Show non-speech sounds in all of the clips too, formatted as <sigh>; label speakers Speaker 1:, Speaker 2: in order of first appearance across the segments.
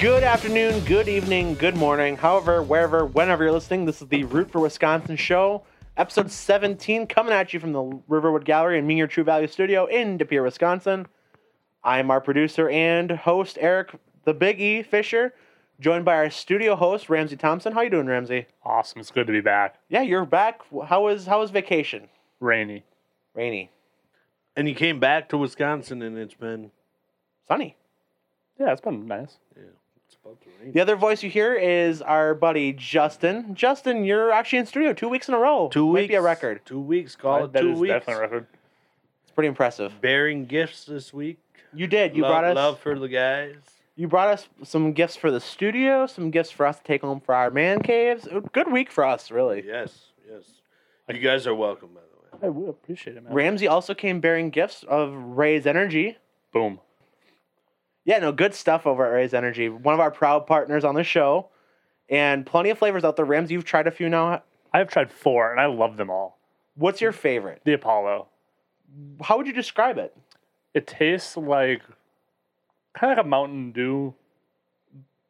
Speaker 1: Good afternoon, good evening, good morning, however, wherever, whenever you're listening. This is the Root for Wisconsin show, episode 17, coming at you from the Riverwood Gallery and Mean Your True Value studio in De Pere, Wisconsin. I'm our producer and host, Eric the Big E Fisher, joined by our studio host, Ramsey Thompson. How you doing, Ramsey?
Speaker 2: Awesome. It's good to be back.
Speaker 1: Yeah, you're back. How was, how was vacation?
Speaker 2: Rainy.
Speaker 1: Rainy.
Speaker 3: And you came back to Wisconsin, and it's been
Speaker 1: Sunny.
Speaker 2: Yeah, it's been nice.
Speaker 3: yeah, it's about to rain.
Speaker 1: The other voice you hear is our buddy Justin. Justin, you're actually in studio two weeks in a row.
Speaker 3: Two
Speaker 1: Might
Speaker 3: weeks
Speaker 1: be a record.
Speaker 3: Two weeks. Call it
Speaker 2: That
Speaker 3: two
Speaker 2: is
Speaker 3: weeks.
Speaker 2: definitely a record.
Speaker 1: It's pretty impressive.
Speaker 3: Bearing gifts this week.
Speaker 1: You did. You
Speaker 3: love,
Speaker 1: brought us
Speaker 3: love for the guys.
Speaker 1: You brought us some gifts for the studio, some gifts for us to take home for our man caves. A Good week for us, really.
Speaker 3: Yes, yes. You guys are welcome, by the way.
Speaker 2: I would appreciate it, man.
Speaker 1: Ramsey also came bearing gifts of Ray's Energy.
Speaker 2: Boom.
Speaker 1: Yeah, no, good stuff over at Ray's Energy. One of our proud partners on the show. And plenty of flavors out there. Ramsey, you've tried a few now.
Speaker 2: I've tried four and I love them all.
Speaker 1: What's your favorite?
Speaker 2: The Apollo.
Speaker 1: How would you describe it?
Speaker 2: It tastes like kind of like a Mountain Dew,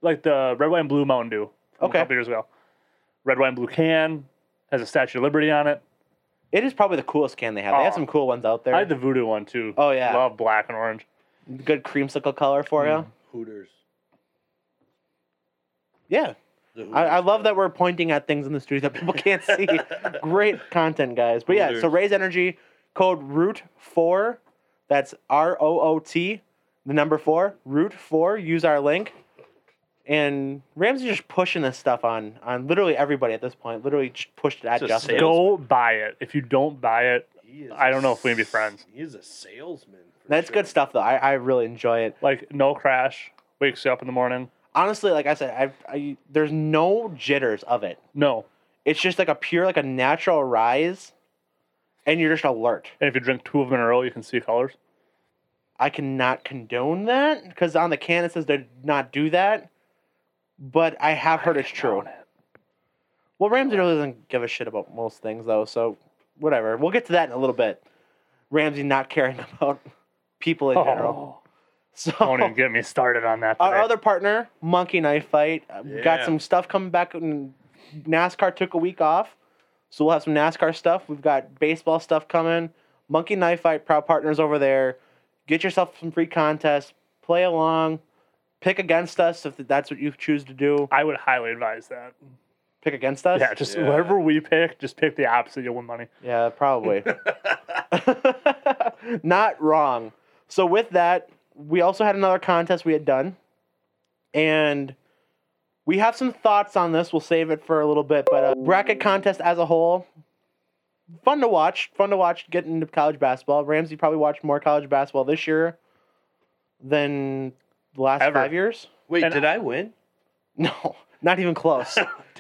Speaker 2: like the red, white, and blue Mountain Dew. from
Speaker 1: Okay.
Speaker 2: A couple years ago. Red, white, and blue can has a Statue of Liberty on it.
Speaker 1: It is probably the coolest can they have. they have
Speaker 2: Aw.
Speaker 1: some cool ones out there.
Speaker 2: I had the Voodoo one too.
Speaker 1: Oh, yeah.
Speaker 2: Love black and orange.
Speaker 1: Good creamsicle color for you.
Speaker 3: Hooters.
Speaker 1: Yeah.
Speaker 3: The Hooters
Speaker 1: I, I love that
Speaker 3: brand.
Speaker 1: we're pointing at things in the studio that people can't <laughs> see. Great content, guys. But yeah, so
Speaker 3: Wonders.
Speaker 1: raise energy code root four. That's R O O T, the number four. Root four. Use our link. And Ramsey's just pushing this stuff on on literally everybody at this point. Literally just pushed it at
Speaker 3: It's a
Speaker 1: Justin.
Speaker 2: Go
Speaker 3: sale.
Speaker 2: buy it. If you don't buy it,
Speaker 3: <laughs> He is
Speaker 2: I don't
Speaker 3: a
Speaker 2: know if we'd be friends.
Speaker 3: He is a salesman. for
Speaker 1: That's
Speaker 3: sure.
Speaker 1: good stuff though. I, I really enjoy it.
Speaker 2: like no crash, wakes you up in the morning.
Speaker 1: Honestly, like I said, I, I there's no jitters of it.
Speaker 2: No.
Speaker 1: It's just like a pure like a natural rise, and you're just alert.
Speaker 2: And if you drink two of them in a row, you can see colors.
Speaker 1: I cannot condone that because on the can it says to not do that. But I have heard it's true. Well, Ramsey really doesn't give a shit about most things though, so whatever. We'll get to that in a little bit. Ramsey not caring <laughs> about people in general.
Speaker 2: Oh,
Speaker 1: So <laughs>
Speaker 2: don't even get me started on that.
Speaker 1: our
Speaker 2: today.
Speaker 1: other partner, Monkey Knife Fight, uh, got
Speaker 3: Yeah.
Speaker 1: some stuff coming back. And NASCAR took a week off, so we'll have some NASCAR stuff. We've got baseball stuff coming. Monkey Knife Fight, proud partners over there. Get yourself some free contests. Play along. Pick against us if that's what you choose to do.
Speaker 2: I would highly advise that.
Speaker 1: Pick against us.
Speaker 2: Yeah, just
Speaker 3: Yeah.
Speaker 2: whatever we pick, just pick the opposite. You'll win money.
Speaker 1: Yeah, probably. <laughs> Not wrong. So with that, we also had another contest we had done, and we have some thoughts on this. We'll save it for a little bit, but uh, bracket contest as a whole, fun to watch. Fun to watch. Getting into college basketball, Ramsey probably watched more college basketball this year than the last
Speaker 2: Ever.
Speaker 1: five years. <laughs>
Speaker 3: Wait,
Speaker 2: And
Speaker 3: did I win?
Speaker 1: No, not even close.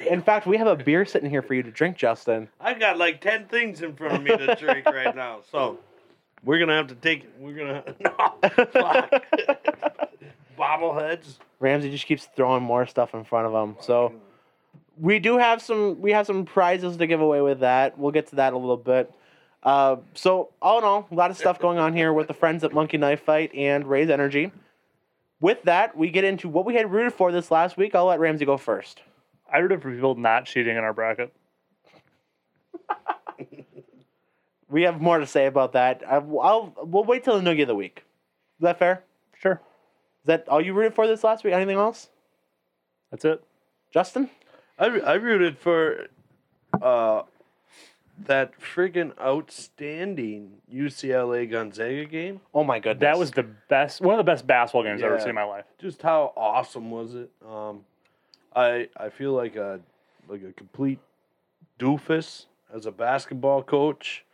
Speaker 1: In fact, we have a beer sitting here for you to drink, Justin.
Speaker 3: I got like ten things in front of me
Speaker 1: <laughs>
Speaker 3: to drink right now, so we're gonna have to take.
Speaker 1: <laughs>
Speaker 3: We're gonna <laughs> no fuck <laughs> bobbleheads.
Speaker 1: Ramsey just keeps throwing more stuff in front of him. So we do have some we have some prizes to give away with that. We'll get to that in a little bit. Uh, so all in all, a lot of stuff going on here with the friends at Monkey Knife Fight and Raise Energy. With that, we get into what we had rooted for this last week. I'll let Ramsey go first.
Speaker 2: I rooted for people not cheating in our bracket.
Speaker 1: We have more to say about that. I, will we'll wait till the noogie of the week. Is that fair?
Speaker 2: Sure,
Speaker 1: Is that all you rooted for this last week? Anything else,
Speaker 2: that's it.
Speaker 1: Justin?
Speaker 3: I, I rooted for uh, that friggin' outstanding UCLA Gonzaga game.
Speaker 1: Oh my goodness,
Speaker 2: That was the best, one of the best basketball games I've ever
Speaker 3: Yeah.
Speaker 2: seen in my life.
Speaker 3: Just how awesome was it? Um, I I feel like a like a complete doofus as a basketball coach.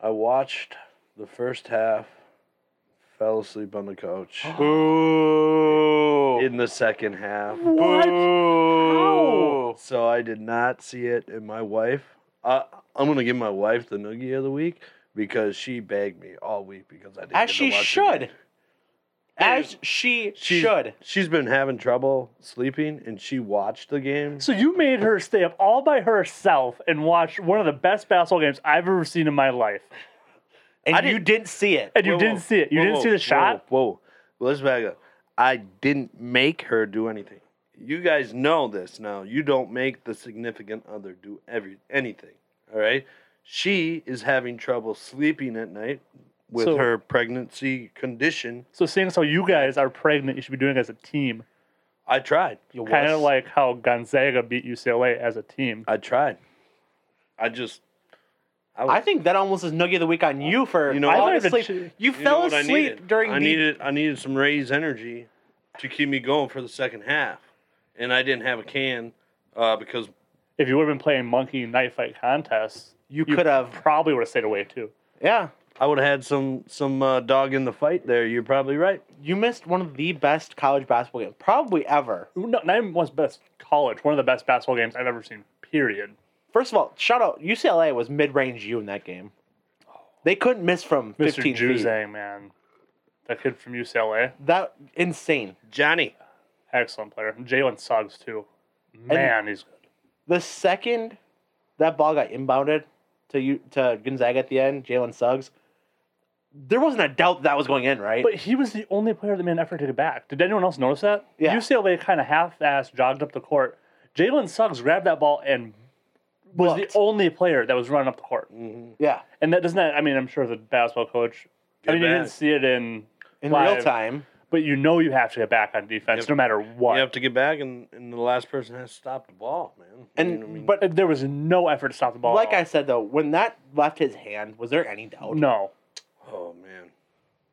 Speaker 3: I watched the first half, fell asleep on the couch.
Speaker 1: boo.
Speaker 3: in the second half.
Speaker 1: Boo.
Speaker 3: So I did not see it. And my wife, I I'm gonna give my wife the noogie of the week because she begged me all week because I didn't.
Speaker 1: As
Speaker 3: get to
Speaker 1: she
Speaker 3: watch the
Speaker 1: should.
Speaker 3: game.
Speaker 1: As she
Speaker 3: She's-
Speaker 1: should.
Speaker 3: She's been having trouble sleeping, and she watched the game.
Speaker 2: So you made her stay up all by herself and watch one of the best basketball games I've ever seen in my life,
Speaker 1: And
Speaker 3: I didn't-
Speaker 1: you didn't see it.
Speaker 2: and you
Speaker 3: Whoa,
Speaker 2: didn't
Speaker 3: whoa,
Speaker 2: see it. You
Speaker 3: whoa,
Speaker 2: didn't see
Speaker 3: whoa,
Speaker 2: the shot.
Speaker 3: Whoa, whoa. Well, let's back up. I didn't make her do anything. You guys know this now. You don't make the significant other do every anything. All right. She is having trouble sleeping at night with
Speaker 2: So-
Speaker 3: her pregnancy condition.
Speaker 2: So seeing as how you guys are pregnant, you should be doing it as a team.
Speaker 3: I tried. You
Speaker 2: Kind of
Speaker 3: was-
Speaker 2: like how Gonzaga beat UCLA as a team.
Speaker 3: I tried. I just. was-
Speaker 1: I think that almost is noogie of the week on you for
Speaker 3: You
Speaker 1: you
Speaker 3: know
Speaker 1: know I
Speaker 3: what?
Speaker 1: went to
Speaker 2: I don't even
Speaker 1: sleep.
Speaker 2: ch-
Speaker 1: You,
Speaker 3: You know
Speaker 1: fell
Speaker 3: what I
Speaker 1: asleep
Speaker 3: needed?
Speaker 1: during
Speaker 3: I
Speaker 1: the
Speaker 3: needed I needed some raised energy to keep me going for the second half, and I didn't have a can uh, because
Speaker 2: If you would have been playing Monkey Knife Fight contest,
Speaker 1: you could have
Speaker 2: probably would have stayed away too.
Speaker 1: yeah.
Speaker 3: I would have had some some uh, dog in the fight there. You're probably right.
Speaker 1: You missed one of the best college basketball games probably ever.
Speaker 2: No, not even one's best college, one of the best basketball games I've ever seen. Period.
Speaker 1: First of all, shout out UCLA was mid range you in that game. They couldn't miss from
Speaker 2: Mr.
Speaker 1: fifteen feet.
Speaker 2: Juzang, man, that kid from UCLA,
Speaker 1: That insane.
Speaker 3: Johnny,
Speaker 2: excellent player. Jalen Suggs too. Man, he's good.
Speaker 1: The second that ball got inbounded to you to Gonzaga at the end, Jalen Suggs, there wasn't a doubt that was going in, right?
Speaker 2: But he was the only player that made an effort to get back. Did anyone else notice that?
Speaker 1: Yeah.
Speaker 2: UCLA kind of half-assed jogged up the court. Jalen Suggs grabbed that ball and was
Speaker 1: Booked.
Speaker 2: the only player that was running up the court.
Speaker 1: yeah,
Speaker 2: And that does not. I mean, I'm sure the basketball coach. I
Speaker 3: Get
Speaker 2: mean, you
Speaker 3: back.
Speaker 2: didn't see it in
Speaker 1: in
Speaker 2: live,
Speaker 1: real time.
Speaker 2: but you know you have to get back on defense
Speaker 3: Yep.
Speaker 2: no matter what.
Speaker 3: you have to get back, and, and the last person has to stop the ball, man.
Speaker 1: And
Speaker 3: you know what I mean?
Speaker 1: but
Speaker 2: But there was no effort to stop the ball.
Speaker 1: like I
Speaker 2: at
Speaker 1: said though, when that left his hand, was there any doubt?
Speaker 2: all. no.
Speaker 3: oh man.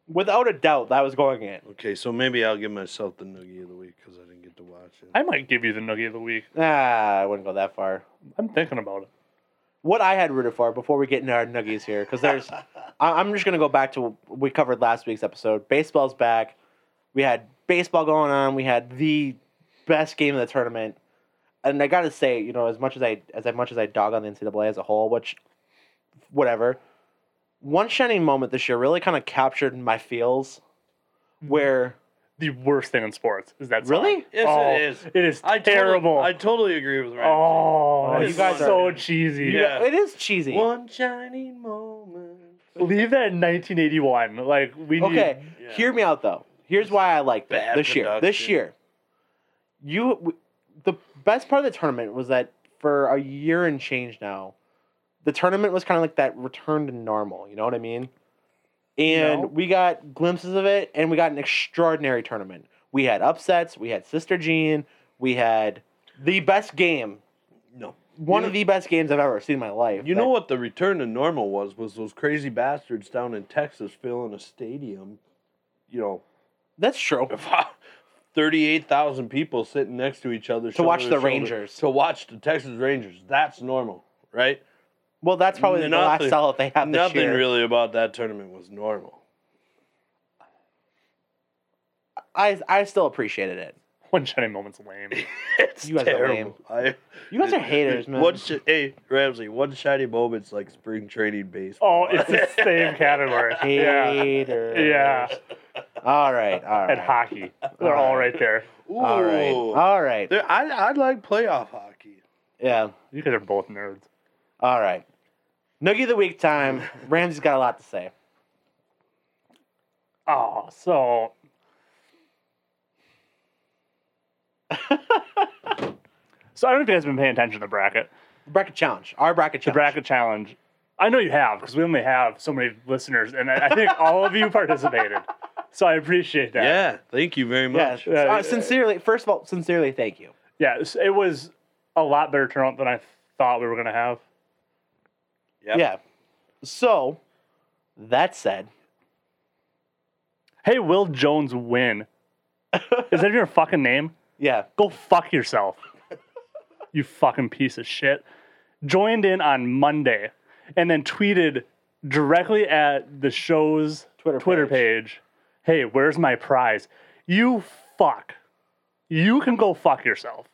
Speaker 1: Without a doubt, that was going in.
Speaker 3: Okay, so maybe I'll give myself the noogie of the week because I didn't get to watch it.
Speaker 2: I might give you the noogie of the week.
Speaker 1: Ah, I wouldn't go that far.
Speaker 2: I'm thinking about it.
Speaker 1: What I had rooted for before we get into our nuggies here, because there's, I- I'm just gonna go back to what we covered last week's episode. Baseball's back. We had baseball going on. We had the best game of the tournament, and I gotta say, you know, as much as I as much as I dog on the NCAA as a whole, which, whatever. One shining moment this year really kind of captured my feels, where
Speaker 2: The worst thing in sports is that song.
Speaker 1: Really?
Speaker 3: Yes, it
Speaker 2: Oh,
Speaker 3: is.
Speaker 2: It is
Speaker 3: I totally-
Speaker 2: terrible.
Speaker 3: I totally agree with Ryan.
Speaker 2: oh,
Speaker 1: Oh,
Speaker 2: it's
Speaker 1: you guys are-
Speaker 2: so cheesy.
Speaker 3: Yeah.
Speaker 1: it is cheesy.
Speaker 3: One shining moment.
Speaker 2: Leave that in 1981. Like we need.
Speaker 1: Okay,
Speaker 3: Yeah.
Speaker 1: hear me out though. Here's why I like that
Speaker 3: Bad
Speaker 1: this year. This
Speaker 3: production.
Speaker 1: year, you w- the best part of the tournament was that for a year and change now, the tournament was kind of like that return to normal. You know what I mean? And
Speaker 2: No.
Speaker 1: we got glimpses of it, and we got an extraordinary tournament. We had upsets. We had Sister Jean. We had the best game,
Speaker 3: No.
Speaker 1: one
Speaker 3: You-
Speaker 1: of the best games I've ever seen in my life.
Speaker 3: You
Speaker 1: that-
Speaker 3: know what the return to normal was? Was those crazy bastards down in Texas filling a stadium? You know, <laughs>
Speaker 1: That's true.
Speaker 3: thirty-eight thousand people sitting next to each other
Speaker 1: To watch
Speaker 3: shoulder
Speaker 1: the
Speaker 3: shoulder,
Speaker 1: Rangers.
Speaker 3: To watch the Texas Rangers. That's normal, right?
Speaker 1: Well, that's probably <laughs> the
Speaker 3: Nothing-
Speaker 1: last sellout they have this
Speaker 3: Nothing
Speaker 1: year.
Speaker 3: really about that tournament was normal. <laughs>
Speaker 1: I I still appreciated it.
Speaker 2: One shining moment's lame.
Speaker 3: It's
Speaker 1: You guys are
Speaker 3: terrible. I,
Speaker 1: You guys are haters, man.
Speaker 3: One shi- hey Ramsey, one shiny moment's like spring training baseball.
Speaker 2: Oh, it's
Speaker 1: <laughs>
Speaker 2: the same category. <laughs> Yeah.
Speaker 1: Haters.
Speaker 2: Yeah.
Speaker 1: All right. All
Speaker 2: And
Speaker 1: right.
Speaker 2: hockey. They're all right there.
Speaker 3: Ooh.
Speaker 1: All right. All right.
Speaker 3: There- I I like playoff hockey.
Speaker 1: Yeah.
Speaker 2: You guys are both nerds.
Speaker 1: All right. Noogie of the week
Speaker 2: <laughs>
Speaker 1: time. Ramsey's got a lot to say.
Speaker 2: Oh, so <laughs> So I don't know if you guys have been paying attention to the bracket.
Speaker 1: Bracket challenge. Our bracket
Speaker 2: The
Speaker 1: challenge.
Speaker 2: bracket challenge. I know you have because we only have so many listeners, and I I think all of you <laughs> participated. So I appreciate that.
Speaker 3: Yeah, thank you very
Speaker 1: Yes.
Speaker 3: much.
Speaker 2: Yeah.
Speaker 1: Uh, sincerely, first of all, sincerely, thank you.
Speaker 2: Yeah, s- it was a lot better turnout than I thought we were gonna have.
Speaker 3: Yep.
Speaker 1: Yeah. So, that said,
Speaker 2: Hey, will Jones win? Is that your fucking name?
Speaker 1: yeah.
Speaker 2: Go fuck yourself. you fucking piece of shit. Joined in on Monday and then tweeted directly at the show's
Speaker 1: Twitter
Speaker 2: page. Hey, where's my prize? You fuck. You can go fuck yourself.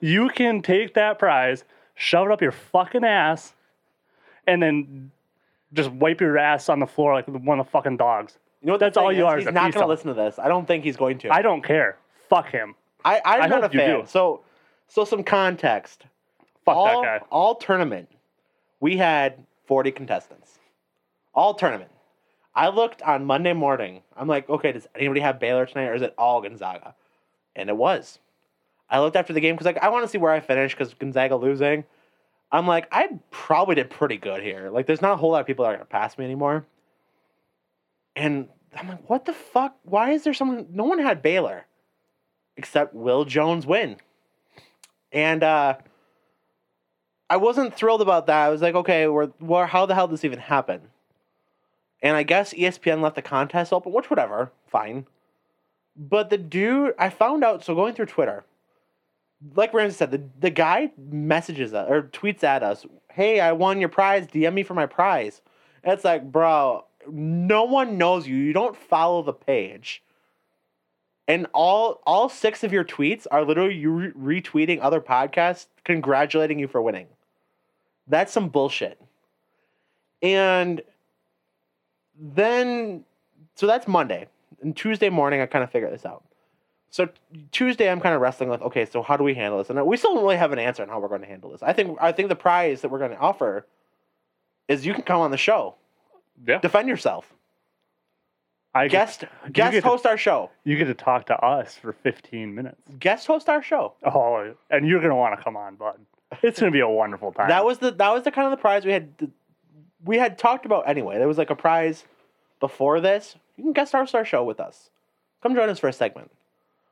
Speaker 2: you can take that prize, shove it up your fucking ass, and then just wipe your ass on the floor like one of the fucking dogs.
Speaker 1: You know what the
Speaker 2: That's all
Speaker 1: thing
Speaker 2: you
Speaker 1: is?
Speaker 2: are is
Speaker 1: He's
Speaker 2: a
Speaker 1: not
Speaker 2: piece
Speaker 1: going
Speaker 2: of-
Speaker 1: to listen to this. I don't think he's going to.
Speaker 2: I don't care. Fuck him.
Speaker 1: I, I'm
Speaker 2: I
Speaker 1: not a
Speaker 2: hope you
Speaker 1: fan.
Speaker 2: do.
Speaker 1: So, so some context.
Speaker 2: Fuck
Speaker 1: all,
Speaker 2: that guy.
Speaker 1: all tournament, we had 40 contestants. All tournament. I looked on Monday morning. I'm like, okay, does anybody have Baylor tonight, or is it all Gonzaga? And it was. I looked after the game because like I want to see where I finished because Gonzaga losing. I'm like, I probably did pretty good here. Like, there's not a whole lot of people that are gonna pass me anymore. And I'm like, what the fuck? Why is there someone? No one had Baylor, except Will Jones win. And uh, I wasn't thrilled about that. I was like, okay, we're, well, how the hell did this even happen? And I guess E ESPN left the contest open, which whatever, fine. But the dude, I found out. So going through Twitter, like Ramsey said, the, the guy messages us or tweets at us, "Hey, I won your prize. DM me for my prize." And it's like, bro, no one knows you. You don't follow the page. And all all six of your tweets are literally you re- retweeting other podcasts congratulating you for winning. That's some bullshit. And then so that's Monday. And Tuesday morning I kind of figure this out. So t- Tuesday, I'm kind of wrestling with, okay, so how do we handle this? And we still don't really have an answer on how we're going to handle this. I think I think the prize that we're going to offer is you can come on the show,
Speaker 2: Yeah.
Speaker 1: defend yourself,
Speaker 2: I get-
Speaker 1: guest
Speaker 2: you
Speaker 1: guest
Speaker 2: get to-
Speaker 1: host our show,
Speaker 2: you get to talk to us for 15 minutes.
Speaker 1: guest host our show.
Speaker 2: Oh, and you're gonna want to come on, bud. It's gonna be a wonderful time.
Speaker 1: That was the that was the kind of the prize we had we had talked about anyway. There was like a prize before this. You can guest host our show with us. Come join us for a segment.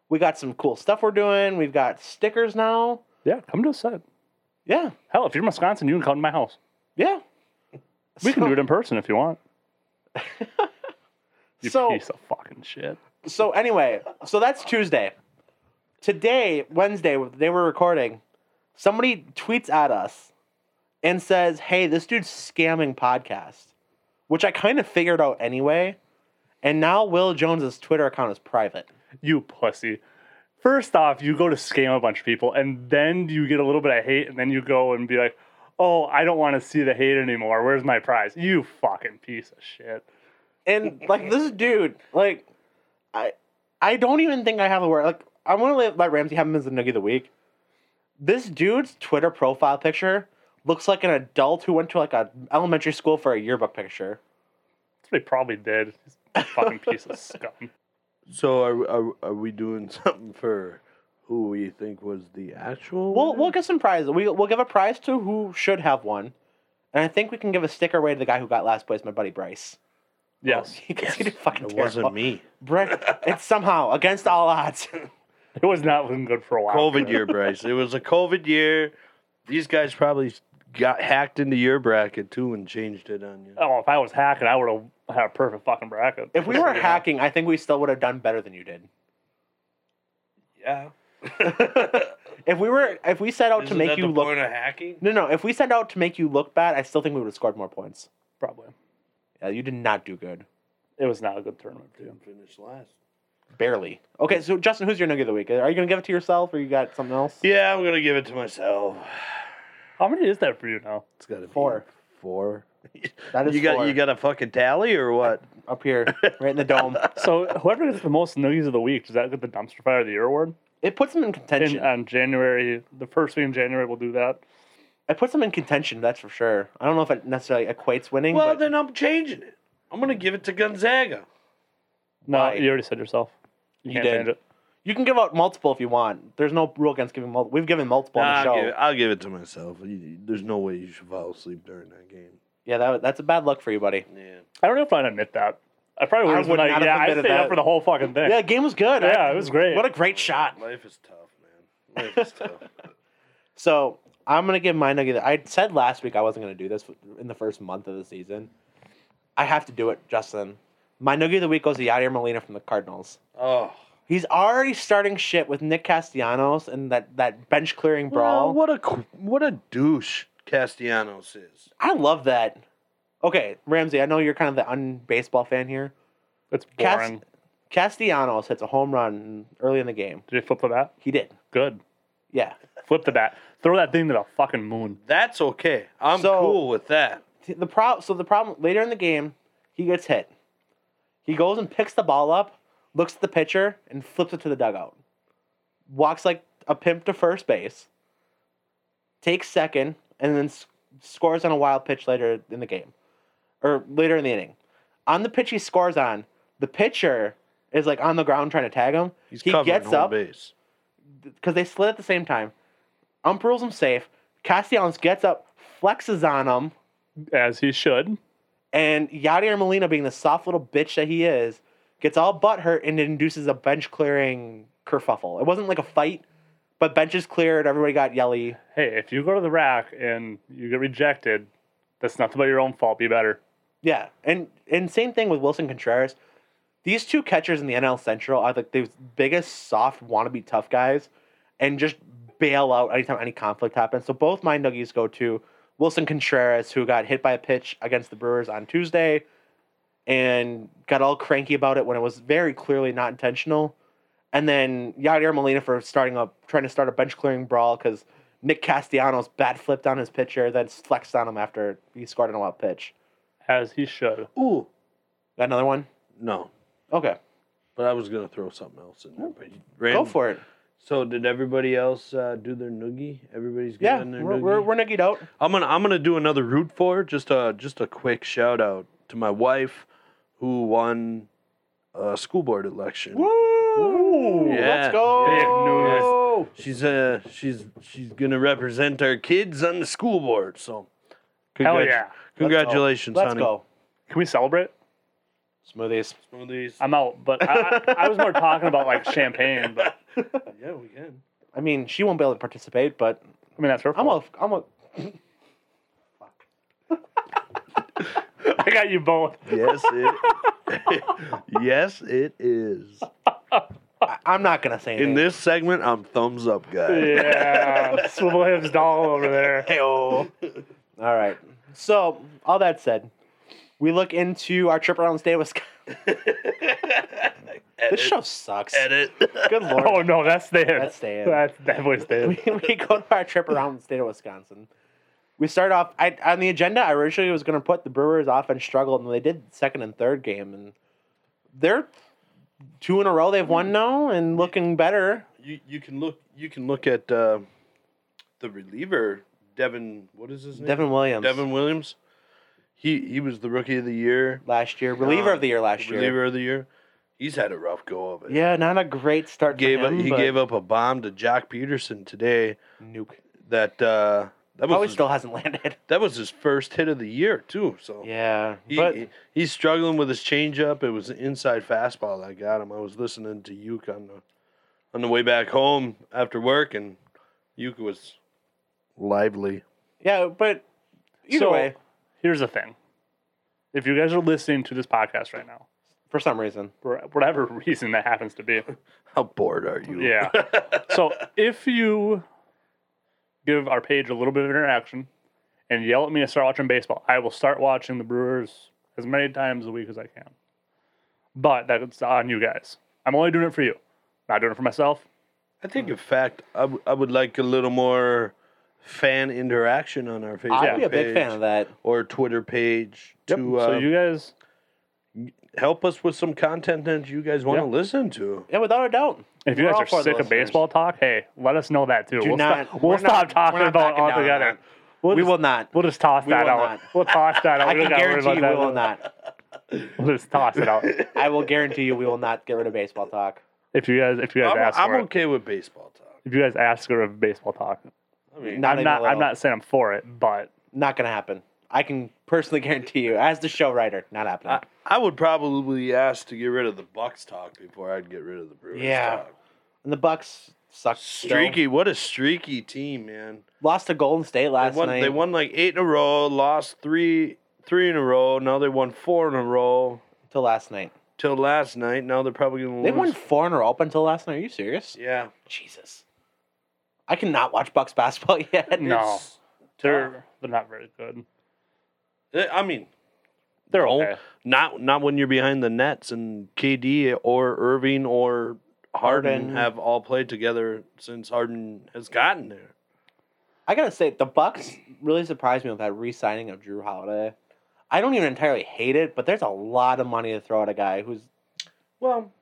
Speaker 1: We got some cool stuff we're doing. We've got stickers now.
Speaker 2: yeah. Come to a set.
Speaker 1: Yeah,
Speaker 2: Hell, if you're in Wisconsin, you can come to my house.
Speaker 1: yeah.
Speaker 2: We can
Speaker 1: So-
Speaker 2: do it in person if
Speaker 1: <laughs>
Speaker 2: you want. You
Speaker 1: So-
Speaker 2: piece of fucking shit.
Speaker 1: so anyway, so that's Tuesday. Today, Wednesday, they were recording. Somebody tweets at us and says, "Hey, this dude's scamming podcast," which I kind of figured out anyway. And now Will Jones's Twitter account is private.
Speaker 2: You pussy. First off, you go to scam a bunch of people, and then you get a little bit of hate, and then you go and be like, "Oh, I don't want to see the hate anymore. Where's my prize?" You fucking piece of shit.
Speaker 1: and like this dude, like I I don't even think I have a word. Like I want to let, let Ramsey have him as the noogie of the week. This dude's Twitter profile picture looks like an adult who went to like a elementary school for a yearbook picture.
Speaker 2: That's what he probably did. He's a fucking
Speaker 1: <laughs>
Speaker 2: piece of scum.
Speaker 3: So are, are are we doing <laughs> something for who we think was the actual?
Speaker 1: We'll
Speaker 3: winner?
Speaker 1: we'll give some prizes. We we'll give a prize to who should have one, and I think we can give a sticker away to the guy who got last place, my buddy Bryce. <laughs>
Speaker 2: Yes,
Speaker 1: Because he did fucking
Speaker 3: It
Speaker 1: terrible.
Speaker 3: wasn't me.
Speaker 1: Bryce, it's somehow against all odds.
Speaker 2: it was not looking good for a while.
Speaker 3: <laughs> COVID year, Bryce. It was a COVID year. These guys probably got hacked into your bracket too and changed it on you.
Speaker 1: Uh,
Speaker 2: Oh, if I was hacking, I would have had a perfect fucking bracket.
Speaker 1: If we were hacking, I think we still would have done better than you did.
Speaker 3: <laughs> Yeah.
Speaker 1: If we were, if we set out to make you look
Speaker 3: of hacking?
Speaker 1: No, no. If we sent out to make you look bad, I still think we would have scored more points.
Speaker 2: <laughs> probably
Speaker 1: Yeah, you did not do good.
Speaker 2: it was not a good tournament for you.
Speaker 3: Finish last.
Speaker 1: Barely. Okay, so Justin, who's your nugget of the week? Are you gonna give it to yourself, or you got something else?
Speaker 3: Yeah, I'm gonna give it to myself.
Speaker 2: How many is that for you now?
Speaker 3: It's got to
Speaker 1: Four.
Speaker 3: Four.
Speaker 1: That is
Speaker 3: You got
Speaker 1: four.
Speaker 3: you got a fucking tally or what?
Speaker 1: up here, right in the
Speaker 3: <laughs>
Speaker 1: dome.
Speaker 2: So <laughs> whoever gets the most noogies of the week, does that get the dumpster fire of the year award?
Speaker 1: It puts him in
Speaker 2: In, uh,
Speaker 1: contention.
Speaker 2: on January, the first week in January, we'll do that.
Speaker 1: it puts him in contention. That's for sure. I don't know if it necessarily equates winning.
Speaker 3: Well,
Speaker 1: but
Speaker 3: then I'm changing it. I'm gonna give it to Gonzaga.
Speaker 2: No,
Speaker 1: Why?
Speaker 2: you already said yourself. You, can't
Speaker 1: did.
Speaker 2: change it.
Speaker 1: you can give out multiple if you want. There's no rule against giving multiple. We've given multiple
Speaker 3: Nah,
Speaker 1: on the
Speaker 3: I'll,
Speaker 1: show.
Speaker 3: give it, I'll give it to myself. You- There's no way you should fall asleep during that game.
Speaker 1: Yeah, that, that's a bad luck for you, buddy.
Speaker 3: Yeah.
Speaker 2: I don't know if I'd admit that. I
Speaker 1: I
Speaker 2: probably would have been
Speaker 1: would
Speaker 2: like,
Speaker 1: not have
Speaker 2: yeah, I
Speaker 1: admitted
Speaker 2: stayed up
Speaker 1: that.
Speaker 2: for the whole fucking thing.
Speaker 1: Yeah, the game was good.
Speaker 2: Yeah,
Speaker 1: I-
Speaker 2: it was great.
Speaker 1: What a great shot.
Speaker 3: Life is tough, man. Life is <laughs> tough.
Speaker 1: So I'm gonna give my nugget. I said last week I wasn't gonna do this in the first month of the season. I have to do it, Justin. My nugget of the week goes to Yadier Molina from the Cardinals.
Speaker 3: Oh.
Speaker 1: He's already starting shit with Nick Castellanos and that, that bench clearing brawl.
Speaker 3: Well, what a qu- what a douche Castellanos is.
Speaker 1: I love that. Okay, Ramsey, I know you're kind of the un-baseball fan here.
Speaker 2: It's
Speaker 1: Cast-
Speaker 2: boring.
Speaker 1: Castellanos hits a home run early in the game.
Speaker 2: Did you flip the bat?
Speaker 1: He did.
Speaker 2: Good.
Speaker 1: Yeah.
Speaker 2: Flip the bat. Throw that thing to the fucking moon.
Speaker 3: That's okay. I'm
Speaker 1: So-
Speaker 3: cool with that.
Speaker 1: the pro so the problem later in the game, he gets hit. He goes and picks the ball up, looks at the pitcher, and flips it to the dugout. Walks like a pimp to first base, takes second, and then s- scores on a wild pitch later in the game, or later in the inning. on the pitch he scores on, the pitcher is like on the ground trying to tag him.
Speaker 3: He's
Speaker 1: he
Speaker 3: covering
Speaker 1: gets
Speaker 3: home
Speaker 1: up
Speaker 3: base.
Speaker 1: because they slid at the same time. Ump rules him safe. Castellanos gets up, flexes on him,
Speaker 2: as he should.
Speaker 1: and Yadier Molina, being the soft little bitch that he is, gets all butt hurt and induces a bench clearing kerfuffle. It wasn't like a fight, but benches cleared. Everybody got yelly.
Speaker 2: Hey, if you go to the rack and you get rejected, that's nothing but your own fault. Be better.
Speaker 1: Yeah, and and same thing with Wilson Contreras. These two catchers in the NL Central are like the biggest soft wannabe tough guys, and just bail out anytime any conflict happens. So both my nuggies go to Wilson Contreras, who got hit by a pitch against the Brewers on Tuesday, and got all cranky about it when it was very clearly not intentional. And then Yadier Molina for starting up, trying to start a bench clearing brawl because Nick Castellanos bat flipped on his pitcher, then flexed on him after he scored an all out pitch.
Speaker 2: As he should.
Speaker 3: Ooh,
Speaker 1: Got another one?
Speaker 3: no.
Speaker 1: Okay,
Speaker 3: But I was gonna throw something else in there. But you
Speaker 1: go
Speaker 3: ran-
Speaker 1: for it.
Speaker 3: So did everybody else uh, do their noogie? Everybody's
Speaker 1: Yeah,
Speaker 3: getting their
Speaker 1: we're,
Speaker 3: noogie.
Speaker 1: we're, we're nuggied out.
Speaker 3: I'm gonna I'm gonna do another root for just a just a quick shout out to my wife, who won a school board election.
Speaker 1: Woo!
Speaker 3: Yeah.
Speaker 1: Let's go.
Speaker 2: Big news.
Speaker 3: She's uh she's she's gonna represent our kids on the school board. So, congrat-
Speaker 2: yeah.
Speaker 3: Congratulations,
Speaker 1: Let's
Speaker 3: honey.
Speaker 1: go.
Speaker 2: Can we celebrate?
Speaker 1: Smoothies.
Speaker 3: Smoothies.
Speaker 2: I'm out, but I, I, I was more talking about like champagne. But
Speaker 3: yeah, we can.
Speaker 1: I mean, she won't be able to participate, but
Speaker 2: I mean, that's her
Speaker 1: I'm
Speaker 2: fault.
Speaker 1: a, I'm a.
Speaker 2: I got you both.
Speaker 3: Yes, it. <laughs> yes, it is.
Speaker 1: I- I'm not gonna say anything.
Speaker 3: In
Speaker 1: <laughs>
Speaker 3: this segment, I'm thumbs up, guy. <laughs>
Speaker 2: Yeah, swivel hips doll over there.
Speaker 1: Hey, all right. So, all that said, we look into our trip around the state of Wisconsin. This show sucks.
Speaker 3: Edit. <laughs>
Speaker 1: Good lord.
Speaker 2: Oh no, that's there.
Speaker 1: That's staying.
Speaker 2: That's definitely staying.
Speaker 1: <laughs> we, we go to our trip around the state of Wisconsin. We start off I, on the agenda. I originally was going to put the Brewers offense struggled, and they did second and third game, and they're two in a row. They've won now and looking better.
Speaker 3: You you can look you can look at uh, the reliever Devin. What is his name?
Speaker 1: Devin Williams
Speaker 3: Devin Williams. He he was the rookie of the year,
Speaker 1: last year, reliever of the year last year.
Speaker 3: reliever of the year. He's had a rough go of it.
Speaker 1: Yeah, not a great start.
Speaker 3: gave
Speaker 1: for
Speaker 3: up,
Speaker 1: him,
Speaker 3: he
Speaker 1: but
Speaker 3: gave up a bomb to Jack Peterson today.
Speaker 1: nuke.
Speaker 3: That uh, that was
Speaker 1: Probably
Speaker 3: his,
Speaker 1: still hasn't
Speaker 3: <laughs>
Speaker 1: landed.
Speaker 3: that was his first hit of the year too. So
Speaker 1: Yeah,
Speaker 3: he,
Speaker 1: but
Speaker 3: he- he's struggling with his changeup. It was an inside fastball that got him. I was listening to Yuke on the on the way back home after work, and Yuke was lively.
Speaker 1: yeah, but either
Speaker 2: So-
Speaker 1: way,
Speaker 2: Here's the thing: if you guys are listening to this podcast right now,
Speaker 1: for some reason,
Speaker 2: for whatever reason that happens to be,
Speaker 3: How bored are
Speaker 1: <laughs>
Speaker 3: you?
Speaker 2: yeah. So if you give our page a little bit of interaction and yell at me to start watching baseball, I will start watching the Brewers as many times a week as I can. But that's on you guys. I'm only doing it for you, not doing it for myself.
Speaker 3: I think, in fact, I, w- I would like a little more fan interaction on our Facebook
Speaker 1: I'd be a big
Speaker 3: page
Speaker 1: fan of that.
Speaker 3: or Twitter page to uh,
Speaker 2: so you guys,
Speaker 3: help us with some content that you guys want to
Speaker 2: Yeah.
Speaker 3: listen to.
Speaker 1: Yeah, without a doubt.
Speaker 2: if you
Speaker 1: We're
Speaker 2: guys
Speaker 1: all
Speaker 2: are
Speaker 1: for the
Speaker 2: sick of
Speaker 1: listeners.
Speaker 2: baseball talk, hey, let us know that too.
Speaker 1: Do
Speaker 2: we'll
Speaker 1: not-
Speaker 2: stop, we'll
Speaker 1: we're
Speaker 2: stop
Speaker 1: not-
Speaker 2: talking
Speaker 1: we're not
Speaker 2: about it
Speaker 1: backing down on
Speaker 2: altogether.
Speaker 1: that.
Speaker 2: We'll
Speaker 1: We
Speaker 2: just-
Speaker 1: will not.
Speaker 2: We'll just toss
Speaker 1: We
Speaker 2: that
Speaker 1: will
Speaker 2: out.
Speaker 1: not.
Speaker 2: We'll toss
Speaker 1: <laughs>
Speaker 2: that out.
Speaker 1: I
Speaker 2: We don't
Speaker 1: can
Speaker 2: gotta worry
Speaker 1: guarantee you, we
Speaker 2: about
Speaker 1: will
Speaker 2: that.
Speaker 1: not.
Speaker 2: We'll just toss it out.
Speaker 1: I will guarantee you, we will not get rid of baseball talk.
Speaker 2: If you guys, if you guys
Speaker 3: I'm,
Speaker 2: ask
Speaker 3: I'm
Speaker 2: for it,
Speaker 3: okay with baseball talk.
Speaker 2: if you guys ask her of baseball talk,
Speaker 3: I mean,
Speaker 1: Not
Speaker 2: I'm
Speaker 1: even
Speaker 2: not.
Speaker 1: a
Speaker 2: I'm
Speaker 1: little.
Speaker 2: not saying I'm for it, but
Speaker 1: Not gonna happen. I can personally <laughs> guarantee you, as the show writer, not happening.
Speaker 3: I, I would probably ask to get rid of the Bucks talk before I'd get rid of the Brewers
Speaker 1: Yeah.
Speaker 3: talk.
Speaker 1: and the Bucks suck. still.
Speaker 3: Streaky, what a streaky team, man.
Speaker 1: Lost to Golden State
Speaker 3: They
Speaker 1: last
Speaker 3: won,
Speaker 1: night.
Speaker 3: they won like eight in a row, lost three three in a row. Now they won four in a row
Speaker 1: till last night.
Speaker 3: till last night. Now they're probably gonna
Speaker 1: They
Speaker 3: lose.
Speaker 1: won four in a row up until last night. Are you serious?
Speaker 3: Yeah.
Speaker 1: Jesus. I cannot watch Bucks <laughs> basketball yet.
Speaker 2: No.
Speaker 3: It's
Speaker 2: they're they're not very good.
Speaker 3: tough. I mean,
Speaker 2: They're
Speaker 3: No.
Speaker 2: okay.
Speaker 3: Not not when you're behind the nets and KD or Irving or Harden,
Speaker 1: Harden.
Speaker 3: have all played together since Harden has gotten there.
Speaker 1: I gotta say, the Bucks really surprised me with that re-signing of Drew Holiday. I don't even entirely hate it, but there's a lot of money to throw at a guy who's
Speaker 3: Well,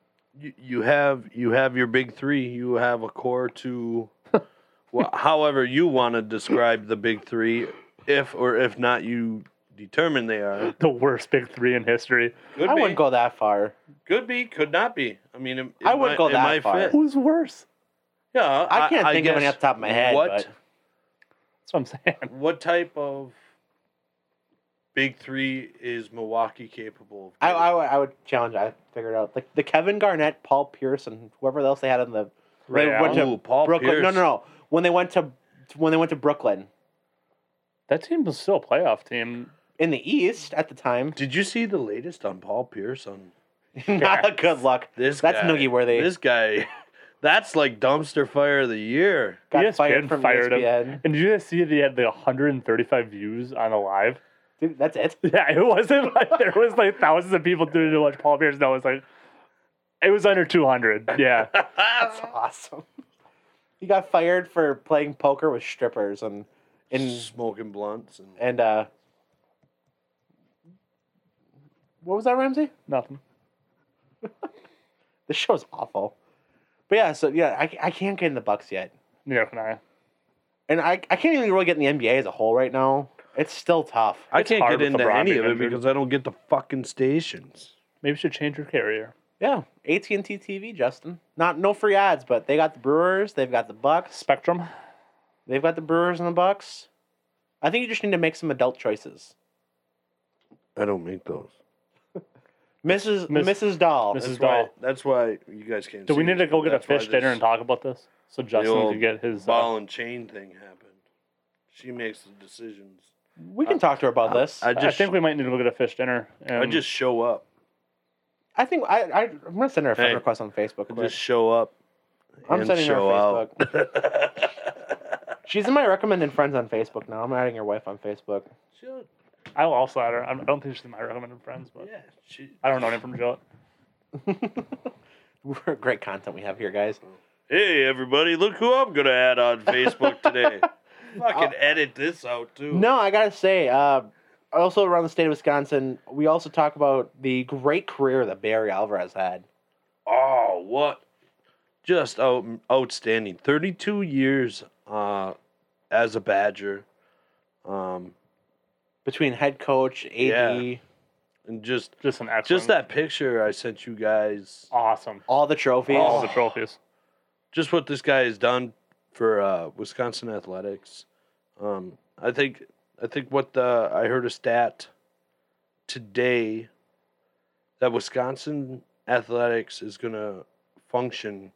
Speaker 3: you, you have you have your big three. You have a
Speaker 1: <laughs>
Speaker 3: core to, well, however you want to describe the big three, if or if not you determined they are.
Speaker 2: The worst big three in history.
Speaker 3: Could
Speaker 1: I
Speaker 3: be,
Speaker 1: wouldn't go that far.
Speaker 3: could be, could not be. I mean, it, it
Speaker 1: I wouldn't
Speaker 3: might-
Speaker 1: go
Speaker 3: it
Speaker 1: that
Speaker 3: might
Speaker 1: far.
Speaker 3: fit.
Speaker 2: Who's worse?
Speaker 3: Yeah,
Speaker 1: I can't think of any
Speaker 3: guess
Speaker 1: off the top of my head.
Speaker 3: What
Speaker 1: but-
Speaker 2: That's what I'm saying. <laughs>
Speaker 3: what type of big three is Milwaukee capable of?
Speaker 1: I,
Speaker 3: doing?
Speaker 1: I, would- I would challenge. I figured out like the Kevin Garnett, Paul Pierce, and whoever else they had in the
Speaker 2: Ray
Speaker 1: they went to
Speaker 3: Ooh, oh, Paul
Speaker 1: Brooklyn. No,
Speaker 3: Pierce.
Speaker 1: no, no. When they went to when they went to Brooklyn
Speaker 2: That team was still a playoff team.
Speaker 1: in the East at the time, <laughs>
Speaker 3: Did you see the latest on Paul Pierce on
Speaker 1: not a good luck.
Speaker 3: this?
Speaker 1: That's
Speaker 3: guy?
Speaker 1: noogie worthy.
Speaker 3: This guy, <laughs> that's like dumpster fire of
Speaker 2: <laughs>
Speaker 3: the year.
Speaker 1: Got
Speaker 2: ESPN
Speaker 1: fired from E
Speaker 2: fired him.
Speaker 1: ESPN.
Speaker 2: And did you guys see they had the 135 views on the live? <laughs>
Speaker 1: Dude, that's it.
Speaker 2: Yeah, it wasn't <laughs> like there was like thousands of people doing to watch Paul Pierce. No, it was like it was under 200. Yeah, <laughs>
Speaker 1: That's awesome. He got fired for playing poker with strippers and and
Speaker 3: Smoking blunts and
Speaker 1: and uh. What was that, Ramsey?
Speaker 2: nothing.
Speaker 1: This show's awful. But yeah, so yeah, I, I can't get in the Bucks yet.
Speaker 2: Neither can I.
Speaker 1: and I, I can't even really get in the NBA as a whole right now. It's still tough.
Speaker 3: I
Speaker 2: It's
Speaker 3: can't
Speaker 2: hard
Speaker 3: get
Speaker 2: with
Speaker 3: into
Speaker 2: LeBron
Speaker 3: any
Speaker 2: being
Speaker 3: of it
Speaker 2: injured.
Speaker 3: because I don't get the fucking stations.
Speaker 2: Maybe you should change your carrier.
Speaker 1: Yeah, AT and T TV, Justin. Not no free ads, but they got the Brewers, they've got the Bucks,
Speaker 2: Spectrum.
Speaker 1: they've got the Brewers and the Bucks. I think you just need to make some adult choices.
Speaker 3: I don't make those.
Speaker 1: Mrs.
Speaker 2: Miss-
Speaker 1: Mrs. Doll.
Speaker 2: Miss- This
Speaker 3: That's
Speaker 2: is
Speaker 3: why.
Speaker 2: dull.
Speaker 3: That's why you guys can't.
Speaker 2: Do we
Speaker 3: see
Speaker 2: need to
Speaker 3: it.
Speaker 2: go get a
Speaker 3: That's why
Speaker 2: fish dinner
Speaker 3: this
Speaker 2: and talk about this so Justin
Speaker 3: old
Speaker 2: could get his? Uh,
Speaker 3: Ball and chain thing happened. She makes the decisions.
Speaker 1: we can talk to her about this.
Speaker 3: Uh, I
Speaker 1: I,
Speaker 3: just,
Speaker 2: I think we might need to go get a fish dinner. Um,
Speaker 3: I
Speaker 2: and-
Speaker 3: just show up.
Speaker 1: think I, I I'm gonna send her a friend
Speaker 3: Hey.
Speaker 1: request on Facebook.
Speaker 3: I
Speaker 1: quick.
Speaker 3: just show up.
Speaker 1: I'm
Speaker 3: and
Speaker 1: sending her a
Speaker 3: show
Speaker 1: Facebook.
Speaker 3: out. <laughs>
Speaker 1: She's in my recommended friends on Facebook now. I'm adding your wife on Facebook. <laughs>
Speaker 3: She'll-
Speaker 2: I will also add her. I'm- I don't think she's my recommended friends, but
Speaker 3: yeah, she.
Speaker 2: I don't know him from Joe.
Speaker 1: Great content we have here, guys.
Speaker 3: Hey everybody, look who I'm gonna add on Facebook today. Fucking edit this out too.
Speaker 1: No, I gotta say, uh, also around the state of Wisconsin, we also talk about the great career that Barry Alvarez had.
Speaker 3: Oh, what? Just out, outstanding. 32 years uh, as a Badger. Um,
Speaker 1: Between head coach, AD,
Speaker 3: Yeah. and just
Speaker 2: Just an excellent,
Speaker 3: just that picture I sent you guys.
Speaker 2: awesome.
Speaker 1: all the trophies.
Speaker 2: All
Speaker 3: Oh.
Speaker 2: the trophies.
Speaker 3: Just what this guy has done for uh, Wisconsin athletics. Um, I think I think what the I heard a stat today that Wisconsin athletics is going to function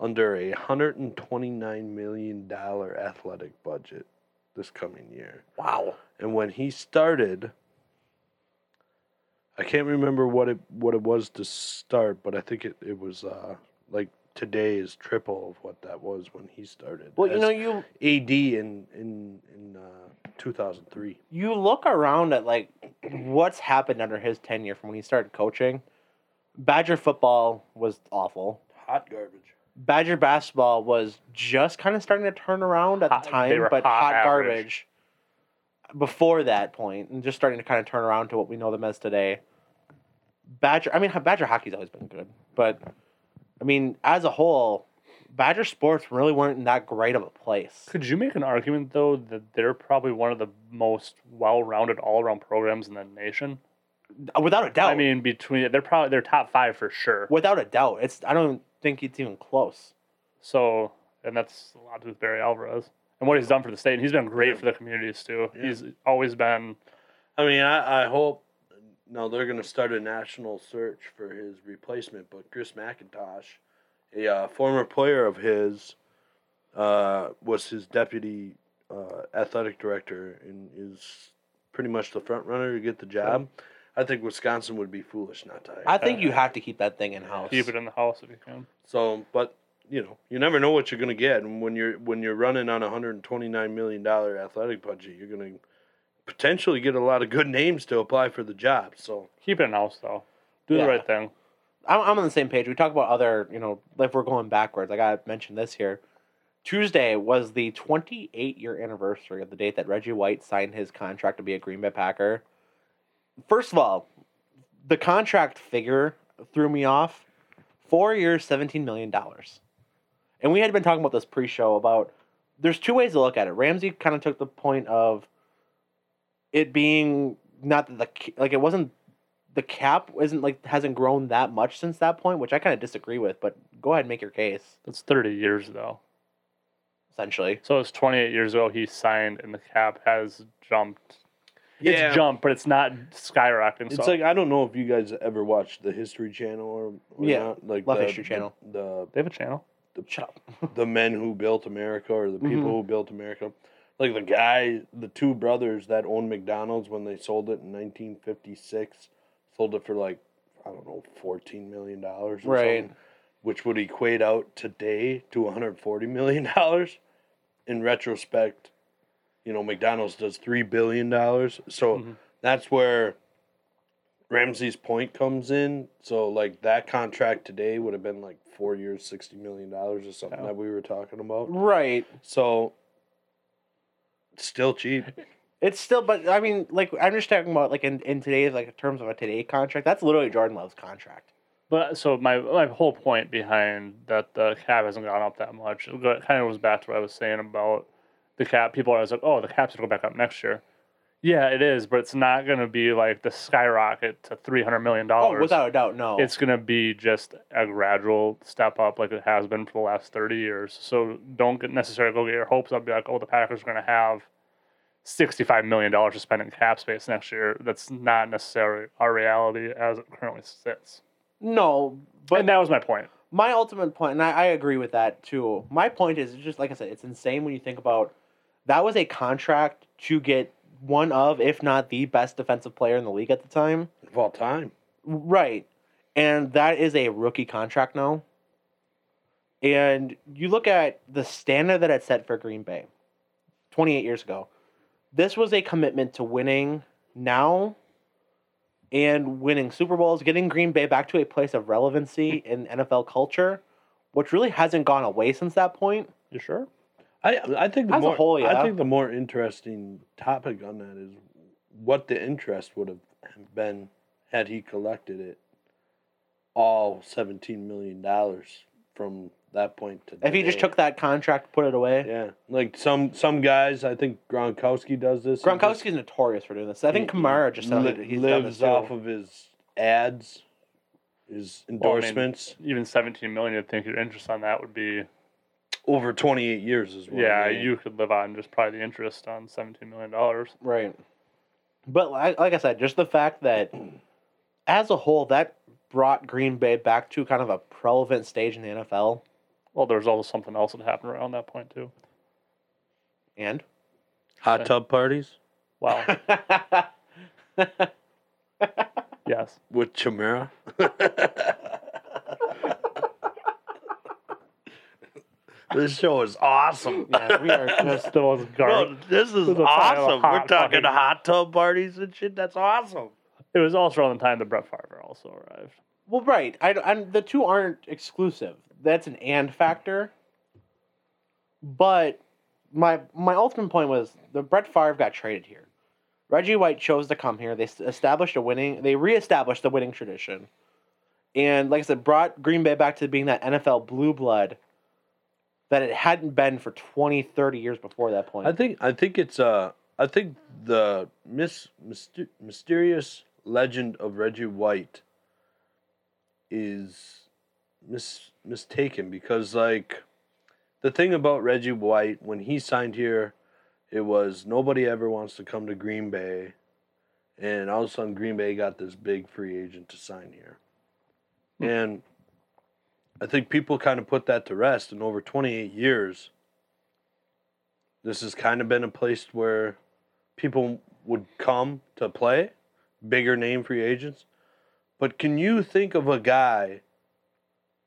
Speaker 3: under a 129 million dollar athletic budget this coming year.
Speaker 1: Wow.
Speaker 3: And when he started, I can't remember what it what it was to start, but I think it, it was uh, like today is triple of what that was when he started.
Speaker 1: Well, you
Speaker 3: as
Speaker 1: know, you
Speaker 3: AD in in in uh, 2003.
Speaker 1: you look around at like what's happened under his tenure from when he started coaching. Badger football was awful.
Speaker 3: Hot garbage.
Speaker 1: Badger basketball was just kind of starting to turn around at
Speaker 2: Hot-
Speaker 1: the
Speaker 2: they
Speaker 1: time,
Speaker 2: were
Speaker 1: but
Speaker 2: hot
Speaker 1: hot,
Speaker 2: average.
Speaker 1: garbage before that point, and just starting to kind of turn around to what we know them as today. Badger, I mean, Badger hockey's always been good, but I mean, as a whole, Badger sports really weren't in that great of a place.
Speaker 2: Could you make an argument though that they're probably one of the most well-rounded all-around programs in the nation?
Speaker 1: Uh, Without a doubt,
Speaker 2: I mean, between they're probably they're top five for sure.
Speaker 1: without a doubt, it's I don't think it's even close.
Speaker 2: So, and that's a lot to do with Barry Alvarez and what he's done for the state. And he's been great for the communities too. He's always been
Speaker 3: I mean, I, I hope now they're going to start a national search for his replacement, but Chris McIntosh, a uh, former player of his, uh, was his deputy uh, athletic director and is pretty much the front runner to get the job. I think Wisconsin would be foolish not to. hire
Speaker 1: I
Speaker 3: him.
Speaker 1: think you have to keep that thing in house.
Speaker 2: keep it in the house if Uh, you can.
Speaker 3: So, but you know, you never know what you're going to get, and when you're when you're running on a hundred and twenty nine million dollar athletic budget, you're going to potentially get a lot of good names to apply for the job. So.
Speaker 2: Keep it in house though. Do
Speaker 1: Yeah.
Speaker 2: the right thing.
Speaker 1: I'm, I'm on the same page. We talk about other, you know, like we're going backwards. I gotta mention this here. Tuesday was the 28 year anniversary of the date that Reggie White signed his contract to be a Green Bay Packer. First of all, the contract figure threw me off. Four years, $17 million. And we had been talking about this pre show about there's two ways to look at it. Ramsey kind of took the point of it being not that the ca- like it wasn't the cap isn't like hasn't grown that much since that point, which I kind of disagree with. But go ahead, and make your case.
Speaker 2: That's 30 years ago.
Speaker 1: Essentially,
Speaker 2: So it's 28 years ago he signed, and the cap has jumped. It's jumped, but it's not skyrocketing.
Speaker 3: It's
Speaker 2: so
Speaker 3: like I don't know if you guys ever watched the History Channel or, or
Speaker 1: Yeah,
Speaker 3: not. like
Speaker 1: Love
Speaker 3: the-
Speaker 1: History Channel.
Speaker 3: The
Speaker 2: they have a channel.
Speaker 3: the, the,
Speaker 1: shut up.
Speaker 3: the men who built America or the people
Speaker 1: Mhm.
Speaker 3: who built America, like the guy, the two brothers that owned McDonald's when they sold it in 1956, sold it for like I don't know 14 million dollars, or
Speaker 1: Right.
Speaker 3: something, which would equate out today to 140 million dollars. In retrospect, you know McDonald's does three billion dollars, so
Speaker 2: Mhm.
Speaker 3: that's where Ramsey's point comes in. So like that contract today would have been like four years, sixty million dollars or something
Speaker 2: Yeah.
Speaker 3: that we were talking about.
Speaker 1: Right.
Speaker 3: So still cheap.
Speaker 1: It's still, but I mean, like I'm just talking about like in, in today's like in terms of a today contract. That's literally Jordan Love's contract.
Speaker 2: But so my my whole point behind that the cap hasn't gone up that much, it go- kind of goes back to what I was saying about the cap. People are always like, oh, the cap's gonna go back up next year. Yeah, it is, but it's not gonna be like the skyrocket to three hundred million dollars.
Speaker 1: Oh, without a doubt, no.
Speaker 2: it's gonna be just a gradual step up, like it has been for the last thirty years. So don't get necessarily go get your hopes up. Be like, oh, the Packers are gonna have sixty-five million dollars to spend in cap space next year. That's not necessarily our reality as it currently sits.
Speaker 1: no, but
Speaker 2: and that was my point.
Speaker 1: my ultimate point, and I, I agree with that too. My point is just like I said, it's insane when you think about that was a contract to get one of, if not the best defensive player in the league at the time.
Speaker 3: Of all time.
Speaker 1: Right. And that is a rookie contract now. And you look at the standard that it set for Green Bay 28 years ago. This was a commitment to winning now and winning Super Bowls, getting Green Bay back to a place of
Speaker 3: <laughs>
Speaker 1: relevancy in NFL culture, which really hasn't gone away since that point.
Speaker 2: You sure?
Speaker 3: I I think the
Speaker 1: As a
Speaker 3: more
Speaker 1: whole, yeah.
Speaker 3: I think the more interesting topic on that is what the interest would have been had he collected it all seventeen million dollars from that point to
Speaker 1: If he just
Speaker 3: today.
Speaker 1: took that contract, put it away.
Speaker 3: Yeah, like some some guys, I think Gronkowski does this. He just-
Speaker 1: Gronkowski's notorious for doing this. I think
Speaker 3: he-
Speaker 1: Kamara just said
Speaker 3: li-
Speaker 1: that he's done this
Speaker 3: lives
Speaker 1: too.
Speaker 3: off of his ads, his
Speaker 2: I mean,
Speaker 3: endorsements
Speaker 2: Even seventeen million, I think your interest on that would be
Speaker 3: over twenty eight years as well.
Speaker 2: yeah, you could live on just probably the interest on seventeen million dollars.
Speaker 1: Right. But like, like I said, just the fact that as a whole, that brought Green Bay back to kind of a relevant stage in the NFL.
Speaker 2: Well, there's also something else that happened around that point too.
Speaker 1: <laughs> And
Speaker 3: hot tub parties
Speaker 2: <laughs> Wow. yes.
Speaker 3: with Chimera. <laughs> this show is awesome.
Speaker 1: yeah, we are
Speaker 2: That's
Speaker 1: just
Speaker 2: the most
Speaker 3: Bro,
Speaker 2: garbage.
Speaker 3: this is
Speaker 2: a pile of
Speaker 3: awesome. We're
Speaker 2: hot
Speaker 3: talking
Speaker 2: fucking-
Speaker 3: hot tub parties and shit. That's awesome.
Speaker 2: It was also around the time that Brett Favre also arrived.
Speaker 1: well, right. I, I'm the two aren't exclusive. That's an and factor. But my my ultimate point was the Brett Favre got traded here. Reggie White chose to come here. They s- established a winning. They reestablished the winning tradition, and like I said, brought Green Bay back to being that NFL blue blood that it hadn't been for 20, 30 years before that point.
Speaker 3: I think I think it's uh I think the mis- myster- mysterious legend of Reggie White is mis- mistaken because like the thing about Reggie White when he signed here it was nobody ever wants to come to Green Bay and all of a sudden Green Bay got this big free agent to sign here. And I think people kind of put that to rest and over 28 years this has kind of been a place where people would come to play, bigger name free agents. But can you think of a guy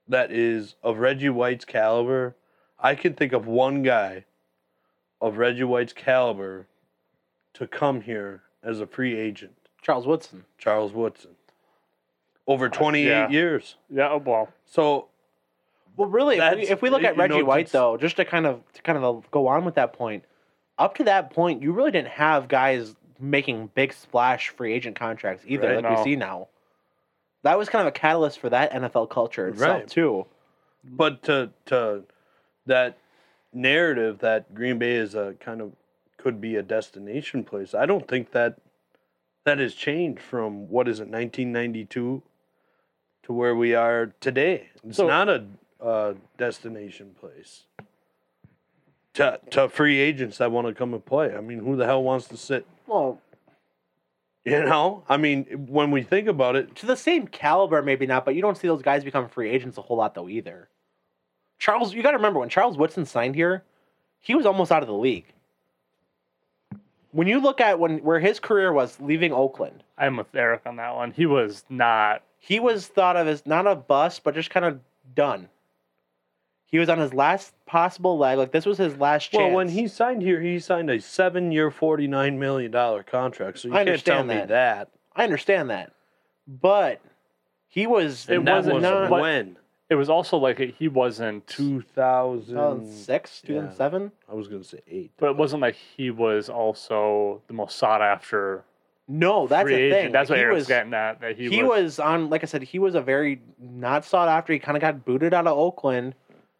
Speaker 3: that is of Reggie White's caliber? I can think of one guy of Reggie White's caliber to come here as a free agent,
Speaker 1: Charles Woodson.
Speaker 3: Charles Woodson. Over 28
Speaker 2: yeah.
Speaker 3: years.
Speaker 2: Yeah, oh, well.
Speaker 3: So
Speaker 1: Well, really, if we,
Speaker 3: That's-
Speaker 1: if we look
Speaker 3: you
Speaker 1: at
Speaker 3: know,
Speaker 1: Reggie White,
Speaker 3: it's-
Speaker 1: though, just to kind of to kind of go on with that point, up to that point, you really didn't have guys making big splash free agent contracts either,
Speaker 3: Right.
Speaker 1: like
Speaker 2: No.
Speaker 1: we see now. That was kind of a catalyst for that NFL culture itself
Speaker 3: Right.
Speaker 1: too.
Speaker 3: but to to that narrative that Green Bay is a kind of could be a destination place. I don't think that that has changed from what is it 1992 to where we are today. It's
Speaker 1: So-
Speaker 3: not a uh, destination place. To, to free agents that want to come and play. I mean, who the hell wants to sit?
Speaker 1: Well,
Speaker 3: You know, I mean, when we think about it,
Speaker 1: to the same caliber, maybe not, but you don't see those guys become free agents a whole lot though either. Charles, you got to remember when Charles Woodson signed here, he was almost out of the league. When you look at when where his career was leaving Oakland,
Speaker 2: I'm with Eric on that one. He was not.
Speaker 1: he was thought of as not a bust, but just kind of done. He was on his last possible leg. Like this was his last chance.
Speaker 3: Well, when he signed here, he signed a seven-year, forty-nine million dollar contract. So you
Speaker 1: I
Speaker 3: can't tell
Speaker 1: understand
Speaker 3: me that.
Speaker 1: I understand that, but he was
Speaker 2: It
Speaker 3: And
Speaker 1: not-
Speaker 3: that
Speaker 2: wasn't
Speaker 3: was
Speaker 2: not-
Speaker 3: when
Speaker 2: It was also like he wasn't too,
Speaker 3: two thousand.
Speaker 1: 2006,
Speaker 3: Yeah.
Speaker 1: 2007.
Speaker 3: I was gonna say eight.
Speaker 2: but it wasn't like he was also the most sought after
Speaker 1: No, that's
Speaker 2: free
Speaker 1: the
Speaker 2: agent.
Speaker 1: thing.
Speaker 2: That's
Speaker 1: Like,
Speaker 2: what
Speaker 1: he
Speaker 2: Eric's
Speaker 1: was,
Speaker 2: getting at. That he,
Speaker 1: he
Speaker 2: was,
Speaker 1: was on like i said he was a very not sought after he kind of got booted out of oakland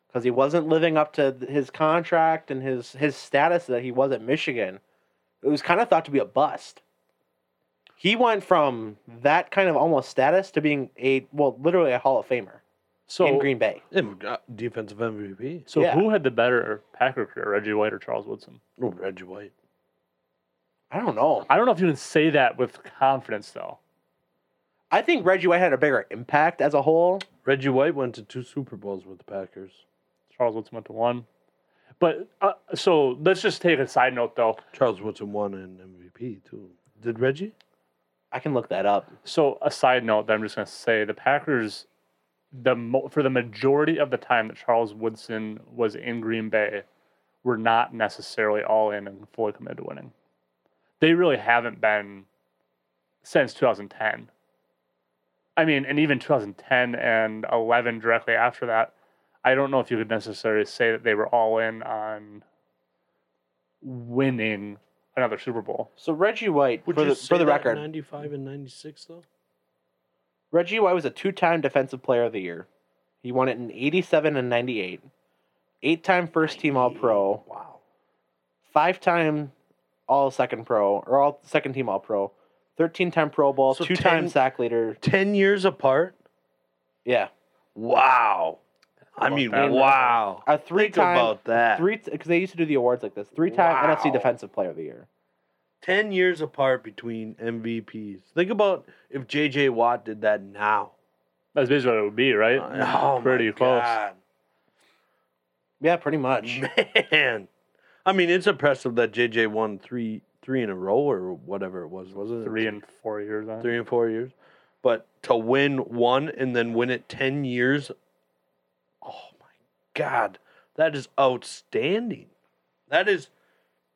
Speaker 1: because he wasn't living up to th- his contract and his his status that he was at michigan it was kind of thought to be a bust he went from that kind of almost status to being a well literally a hall of famer
Speaker 2: so
Speaker 1: in green bay
Speaker 3: Him, got defensive MVP.
Speaker 2: So
Speaker 1: Yeah.
Speaker 2: who had the better Packer career, Reggie White or Charles Woodson?
Speaker 3: Oh, Reggie White.
Speaker 1: i don't know
Speaker 2: I don't know if you can say that with confidence though.
Speaker 1: i think reggie white had a bigger impact as a whole
Speaker 3: Reggie White went to two Super Bowls with the Packers.
Speaker 2: Charles Woodson went to one, but uh, so let's just take a side note though.
Speaker 3: Charles Woodson won an MVP too. Did Reggie?
Speaker 1: i can look that up
Speaker 2: So a side note that I'm just going to say the Packers, the mo- for the majority of the time that Charles Woodson was in Green Bay, were not necessarily all in and fully committed to winning. They really haven't been since 2010. I mean, and even 2010 and 11 directly after that, I don't know if you could necessarily say that they were all in on winning another Super Bowl.
Speaker 1: so reggie white for the, for the record
Speaker 3: ninety-five and ninety-six though.
Speaker 1: Reggie White was a two time Defensive Player of the Year. He won it in 87 and 98. Eight time first team All Pro.
Speaker 3: Wow.
Speaker 1: Five time All Second Pro, or All Second Team All Pro. 13 time Pro Bowl.
Speaker 3: So
Speaker 1: two time
Speaker 3: 10
Speaker 1: sack leader.
Speaker 3: Ten years apart.
Speaker 1: Yeah.
Speaker 3: Wow. I
Speaker 2: about
Speaker 3: mean,
Speaker 2: that?
Speaker 3: wow.
Speaker 1: A three
Speaker 3: Think
Speaker 1: time.
Speaker 3: about that.
Speaker 1: Three, because they used to do the awards like this. Three time
Speaker 3: Wow.
Speaker 1: NFC Defensive Player of the Year.
Speaker 3: 10 years apart between MVPs. Think about if JJ Watt did that now.
Speaker 2: That's basically what it would be, right?
Speaker 3: Oh,
Speaker 2: Pretty
Speaker 3: my
Speaker 2: close.
Speaker 3: God.
Speaker 1: Yeah, pretty much.
Speaker 3: Man. I mean, it's impressive that JJ won three three in a row or whatever it was, wasn't it?
Speaker 2: three and four years on.
Speaker 3: three and four years. But to win one and then win it 10 years, oh my God, that is outstanding. That is,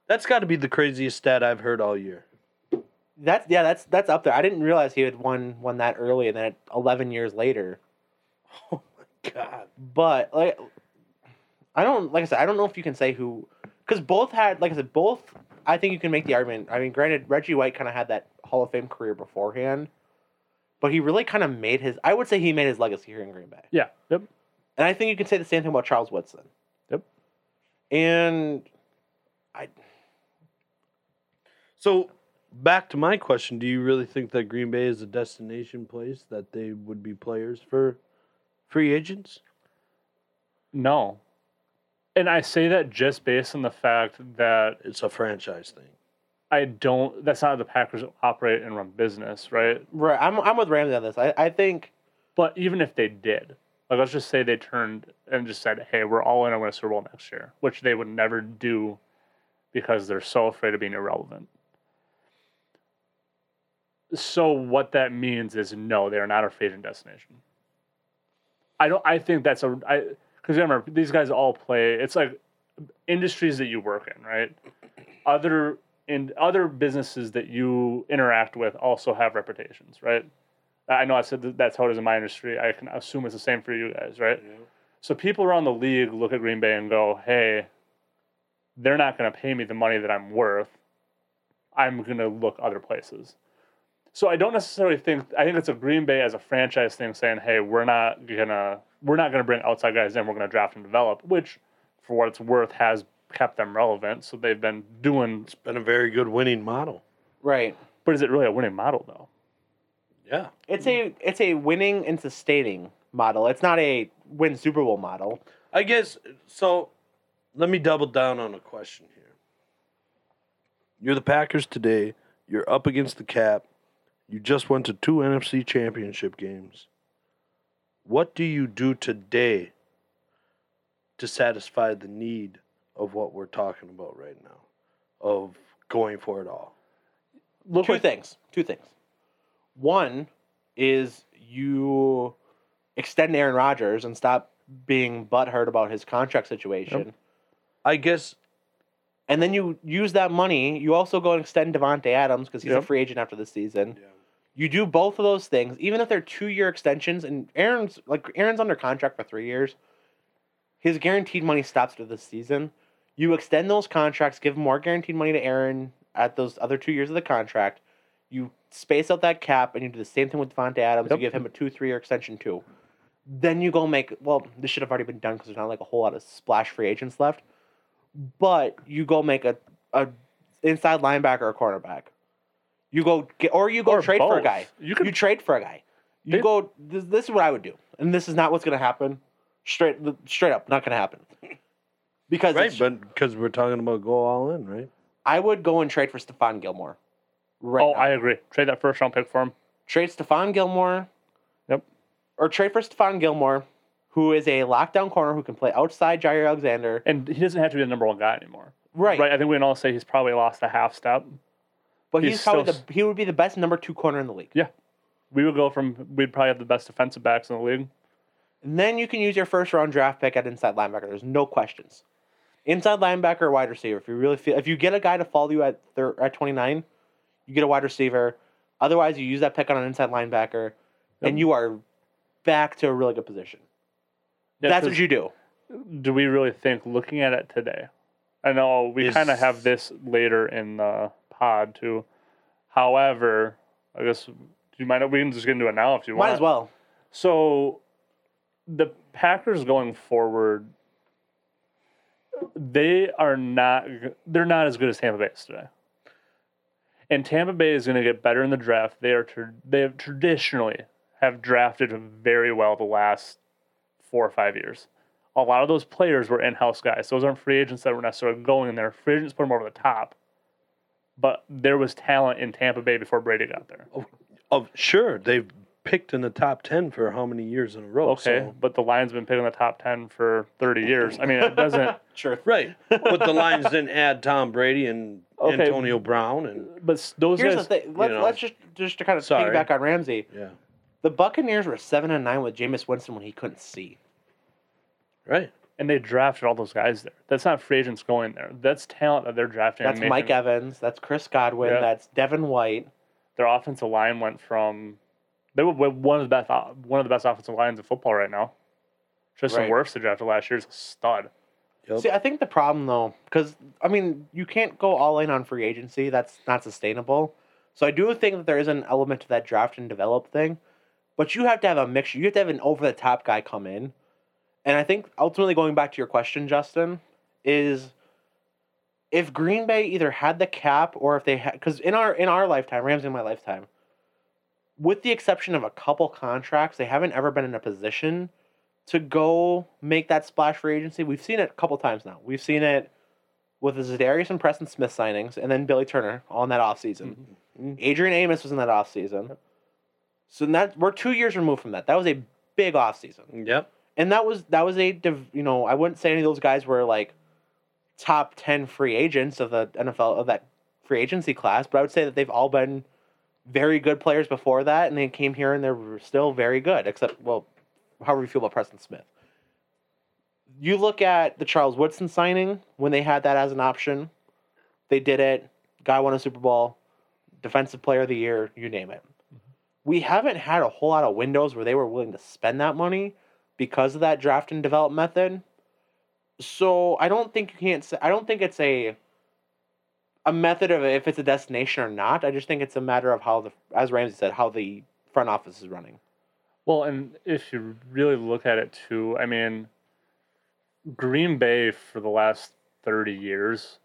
Speaker 3: that's got to be the craziest stat I've heard all year.
Speaker 1: That's yeah, that's that's up there. I didn't realize he had won won that early, and then eleven years later.
Speaker 3: God.
Speaker 1: but like I don't like I said I don't know if you can say who because both had like I said both I think you can make the argument I mean granted Reggie White kind of had that Hall of Fame career beforehand but he really kind of made his I would say he made his legacy here in Green Bay
Speaker 2: Yeah. Yep.
Speaker 1: and I think you can say the same thing about Charles Woodson
Speaker 2: Yep.
Speaker 1: and
Speaker 3: So back to my question: Do you really think that Green Bay is a destination place that they would be players for free agents?
Speaker 2: No. And I say that just based on the fact that
Speaker 3: It's a franchise thing.
Speaker 2: I don't. That's not how the Packers operate and run business, right?
Speaker 1: right I'm I'm with Ramsey on this I, I think
Speaker 2: But even if they did, like let's just say they turned and just said, "Hey, we're all in on win a Super Bowl next year," which they would never do because they're so afraid of being irrelevant. So what that means is no, they are not a free agent destination. I don't. I think that's a. I because remember these guys all play. It's like industries that you work in, right? Other in other businesses that you interact with also have reputations, right? I know I said that that's how it is in my industry. I can assume it's the same for you guys, right? So people around the league look at Green Bay and go, "Hey, they're not going to pay me the money that I'm worth. I'm going to look other places." So I don't necessarily think I think it's a Green Bay as a franchise thing saying, "Hey, we're not gonna we're not gonna bring outside guys in. We're going to draft and develop," which, for what it's worth, has kept them relevant. So they've been doing.
Speaker 3: Been a very good winning model.
Speaker 1: Right.
Speaker 2: But is it really a winning model though?
Speaker 3: Yeah.
Speaker 1: It's a it's a winning and sustaining model. It's not a win Super Bowl model.
Speaker 3: I guess so. Let me double down on a question here. You're the Packers today. You're up against the cap. You just went to two NFC championship games. What do you do today to satisfy the need of what we're talking about right now? Of going for it all.
Speaker 2: Look
Speaker 1: Two
Speaker 2: what-
Speaker 1: things. Two things. One is you extend Aaron Rodgers and stop being butthurt about his contract situation.
Speaker 3: I guess
Speaker 1: And then you use that money. You also go and extend Devonte Adams because he's
Speaker 2: Yep.
Speaker 1: a free agent after the season. You do both of those things, even if they're two year extensions. And Aaron's like Aaron's under contract for three years. His guaranteed money stops for this season. You extend those contracts, give more guaranteed money to Aaron at those other two years of the contract. You space out that cap, and you do the same thing with Devonte Adams.
Speaker 2: Yep.
Speaker 1: You give him a two three year extension too. Then you go make well. This should have already been done because there's not like a whole lot of splash free agents left but you go make a, a inside linebacker or cornerback. You go get, or you go
Speaker 2: Or
Speaker 1: trade for a
Speaker 2: both.
Speaker 1: guy.
Speaker 2: You
Speaker 1: You,
Speaker 2: could-
Speaker 1: trade for a guy. You
Speaker 2: They-
Speaker 1: go. This, this is what I would do, and this is not what's going to happen. Straight, straight up, not going to happen. Because
Speaker 3: right,
Speaker 1: it's-
Speaker 3: but because we're talking about go all in, right?
Speaker 1: I would go and trade for Stephon Gilmore. Right.
Speaker 2: Oh,
Speaker 1: now.
Speaker 2: I agree. Trade that first round pick for him.
Speaker 1: trade Stephon Gilmore.
Speaker 2: Yep.
Speaker 1: Or trade for Stephon Gilmore, who is a lockdown corner who can play outside Jair Alexander.
Speaker 2: And he doesn't have to be the number one guy anymore.
Speaker 1: Right.
Speaker 2: I think we can all say he's probably lost a half step.
Speaker 1: But he's,
Speaker 2: He's
Speaker 1: probably
Speaker 2: still-
Speaker 1: the he would be the best number two corner in the league.
Speaker 2: We would go from we'd probably have the best defensive backs in the league.
Speaker 1: And then you can use your first round draft pick at inside linebacker. There's no questions. Inside linebacker or wide receiver. If you really feel, if you get a guy to follow you at thir- at 29, you get a wide receiver. Otherwise, you use that pick on an inside linebacker,
Speaker 2: Yep.
Speaker 1: and you are back to a really good position.
Speaker 2: Yeah,
Speaker 1: That's
Speaker 2: 'cause-
Speaker 1: what you do.
Speaker 2: do we really think looking at it today? I know we
Speaker 3: Is-
Speaker 2: kind of have this later in the pod too. However, I guess you might we can just get into it now if you
Speaker 1: Might
Speaker 2: want.
Speaker 1: as well.
Speaker 2: So the Packers going forward, they are not they're not as good as Tampa Bay is today. And Tampa Bay is going to get better in the draft. They are tra- they have traditionally have drafted very well the last four or five years. A lot of those players were in-house guys. Those aren't free agents that were necessarily going in there. Free agents put them over the top. But there was talent in Tampa Bay before Brady got there.
Speaker 3: Of sure, they've picked in the top ten for how many years in a row?
Speaker 2: Okay,
Speaker 3: so-
Speaker 2: but the Lions been picking the top ten for thirty years. I mean, it doesn't.
Speaker 1: Sure.
Speaker 3: Right. But the Lions didn't add Tom Brady and
Speaker 2: Okay.
Speaker 3: Antonio Brown and
Speaker 2: <laughs> but s- those
Speaker 1: Here's the
Speaker 2: guys,
Speaker 1: thing. Let's,
Speaker 3: you know.
Speaker 1: let's just just to kind of
Speaker 3: Sorry.
Speaker 1: piggyback on Ramsey.
Speaker 3: yeah.
Speaker 1: The Buccaneers were seven and nine with Jameis Winston when he couldn't see.
Speaker 3: Right.
Speaker 2: and they drafted all those guys there. That's not free agents going there. That's talent that they're drafting. and
Speaker 1: That's
Speaker 2: making-
Speaker 1: Mike Evans. That's Chris Godwin.
Speaker 2: Yeah.
Speaker 1: That's Devin White.
Speaker 2: Their offensive line went from they were one of the best o- one of the best offensive lines in football right now. Tristan
Speaker 1: Right.
Speaker 2: Wirfs, the drafted last year, is a stud.
Speaker 3: Yep.
Speaker 1: See, I think the problem though, because I mean, you can't go all in on free agency. That's not sustainable. So I do think that there is an element to that draft and develop thing, but you have to have a mixture. You have to have an over the top guy come in, and I think ultimately going back to your question, Justin, is if Green Bay either had the cap or if they had, because in our in our lifetime, Rams in my lifetime, with the exception of a couple contracts, they haven't ever been in a position to go make that splash free agency. We've seen it a couple times now. We've seen it with the Zadarius and Preston Smith signings and then Billy Turner all in that offseason.
Speaker 3: Mhm.
Speaker 1: Adrian Amos was in that offseason. So that we're two years removed from that. That was a big offseason.
Speaker 3: Yep.
Speaker 1: And that was that was a div- you know, I wouldn't say any of those guys were like top 10 free agents of the NFL of that free agency class, but I would say that they've all been very good players before that and they came here and they're still very good except well however you feel about Preston Smith. You look at the Charles Woodson signing when they had that as an option. They did it. Guy won a Super Bowl, defensive player of the year, you name it. We haven't had a whole lot of windows where they were willing to spend that money because of that draft and develop method. So I don't think you can't say I don't think it's a a method of if it's a destination or not. I just think it's a matter of how the as Ramsey said, how the front office is running.
Speaker 2: Well, and if you really look at it too, I mean, Green Bay for the last 30 years.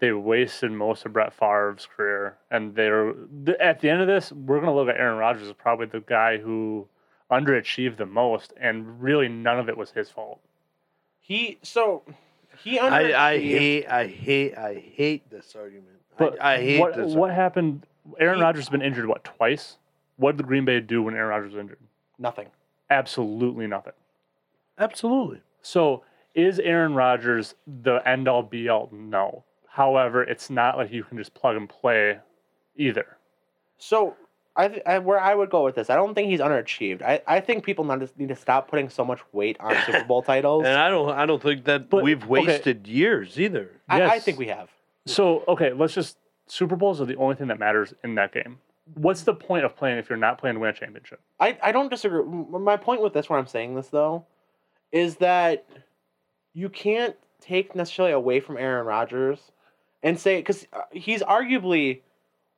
Speaker 2: They wasted most of Brett Favre's career, and they're th- at the end of this, we're gonna look at Aaron Rodgers as probably the guy who underachieved the most, and really none of it was his fault.
Speaker 1: He so he under
Speaker 3: I, I hate, I hate, I hate this argument.
Speaker 2: But
Speaker 3: I, I hate
Speaker 2: what
Speaker 3: this.
Speaker 2: what happened? Aaron
Speaker 1: He-
Speaker 2: Rodgers has been injured what twice? What did Green Bay do when Aaron Rodgers was injured?
Speaker 1: nothing.
Speaker 2: Absolutely nothing.
Speaker 3: Absolutely.
Speaker 2: So is Aaron Rodgers the end all be all? No. However, it's not like you can just plug and play either.
Speaker 1: So I, th- I where I would go with this, I don't think he's underachieved. I, I think people not need to stop putting so much weight
Speaker 3: <laughs>
Speaker 1: on Super Bowl titles.
Speaker 3: And I don't, I don't think that
Speaker 2: But-
Speaker 3: we've
Speaker 2: okay.
Speaker 3: wasted years either.
Speaker 1: I, I
Speaker 2: Yes.
Speaker 1: think we have.
Speaker 2: So okay, let's just Super Bowls are the only thing that matters in that game. What's the point of playing if you're not playing to win a championship?
Speaker 1: I, I don't disagree. M- My point with this, where I'm saying this though, is that you can't take necessarily away from Aaron Rodgers and say because he's arguably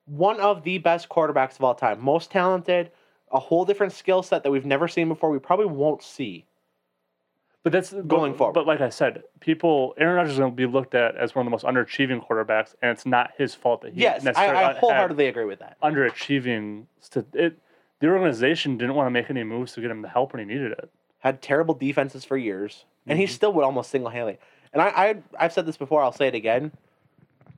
Speaker 1: one of the best quarterbacks of all time, most talented, a whole different skill set that we've never seen before. We probably won't see.
Speaker 2: But that's
Speaker 1: Going
Speaker 2: but,
Speaker 1: forward.
Speaker 2: But like I said, people Aaron Rodgers is going to be looked at as one of the most underachieving quarterbacks, and it's not his fault that he
Speaker 1: yes, I,
Speaker 2: necessarily
Speaker 1: I
Speaker 2: had
Speaker 1: wholeheartedly agree with that.
Speaker 2: underachieving. St- it, the organization didn't want to make any moves to get him the help when he needed it.
Speaker 1: had terrible defenses for years, and
Speaker 2: Mm-hmm.
Speaker 1: he still would almost single handedly. And I, I, I've said this before. I'll say it again.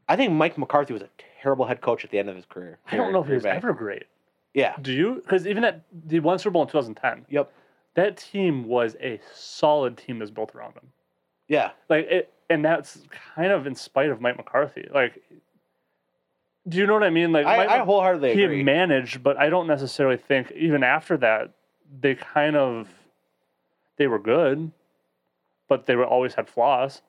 Speaker 1: I think Mike McCarthy was a terrible head coach at the end of his career.
Speaker 2: I don't know if he
Speaker 1: Green
Speaker 2: was
Speaker 1: Bay.
Speaker 2: ever great.
Speaker 1: Yeah.
Speaker 2: Do you? Because even that the one Super Bowl in 2010,
Speaker 1: Yep.
Speaker 2: that team was a solid team that's built around him.
Speaker 1: Yeah.
Speaker 2: Like it, and that's kind of in spite of Mike McCarthy. Like, do you know what I mean? Like, Mike
Speaker 1: I, I
Speaker 2: Mc-
Speaker 1: wholeheartedly
Speaker 2: he
Speaker 1: agree.
Speaker 2: managed, but I don't necessarily think even after that they kind of they were good, but they were always had flaws.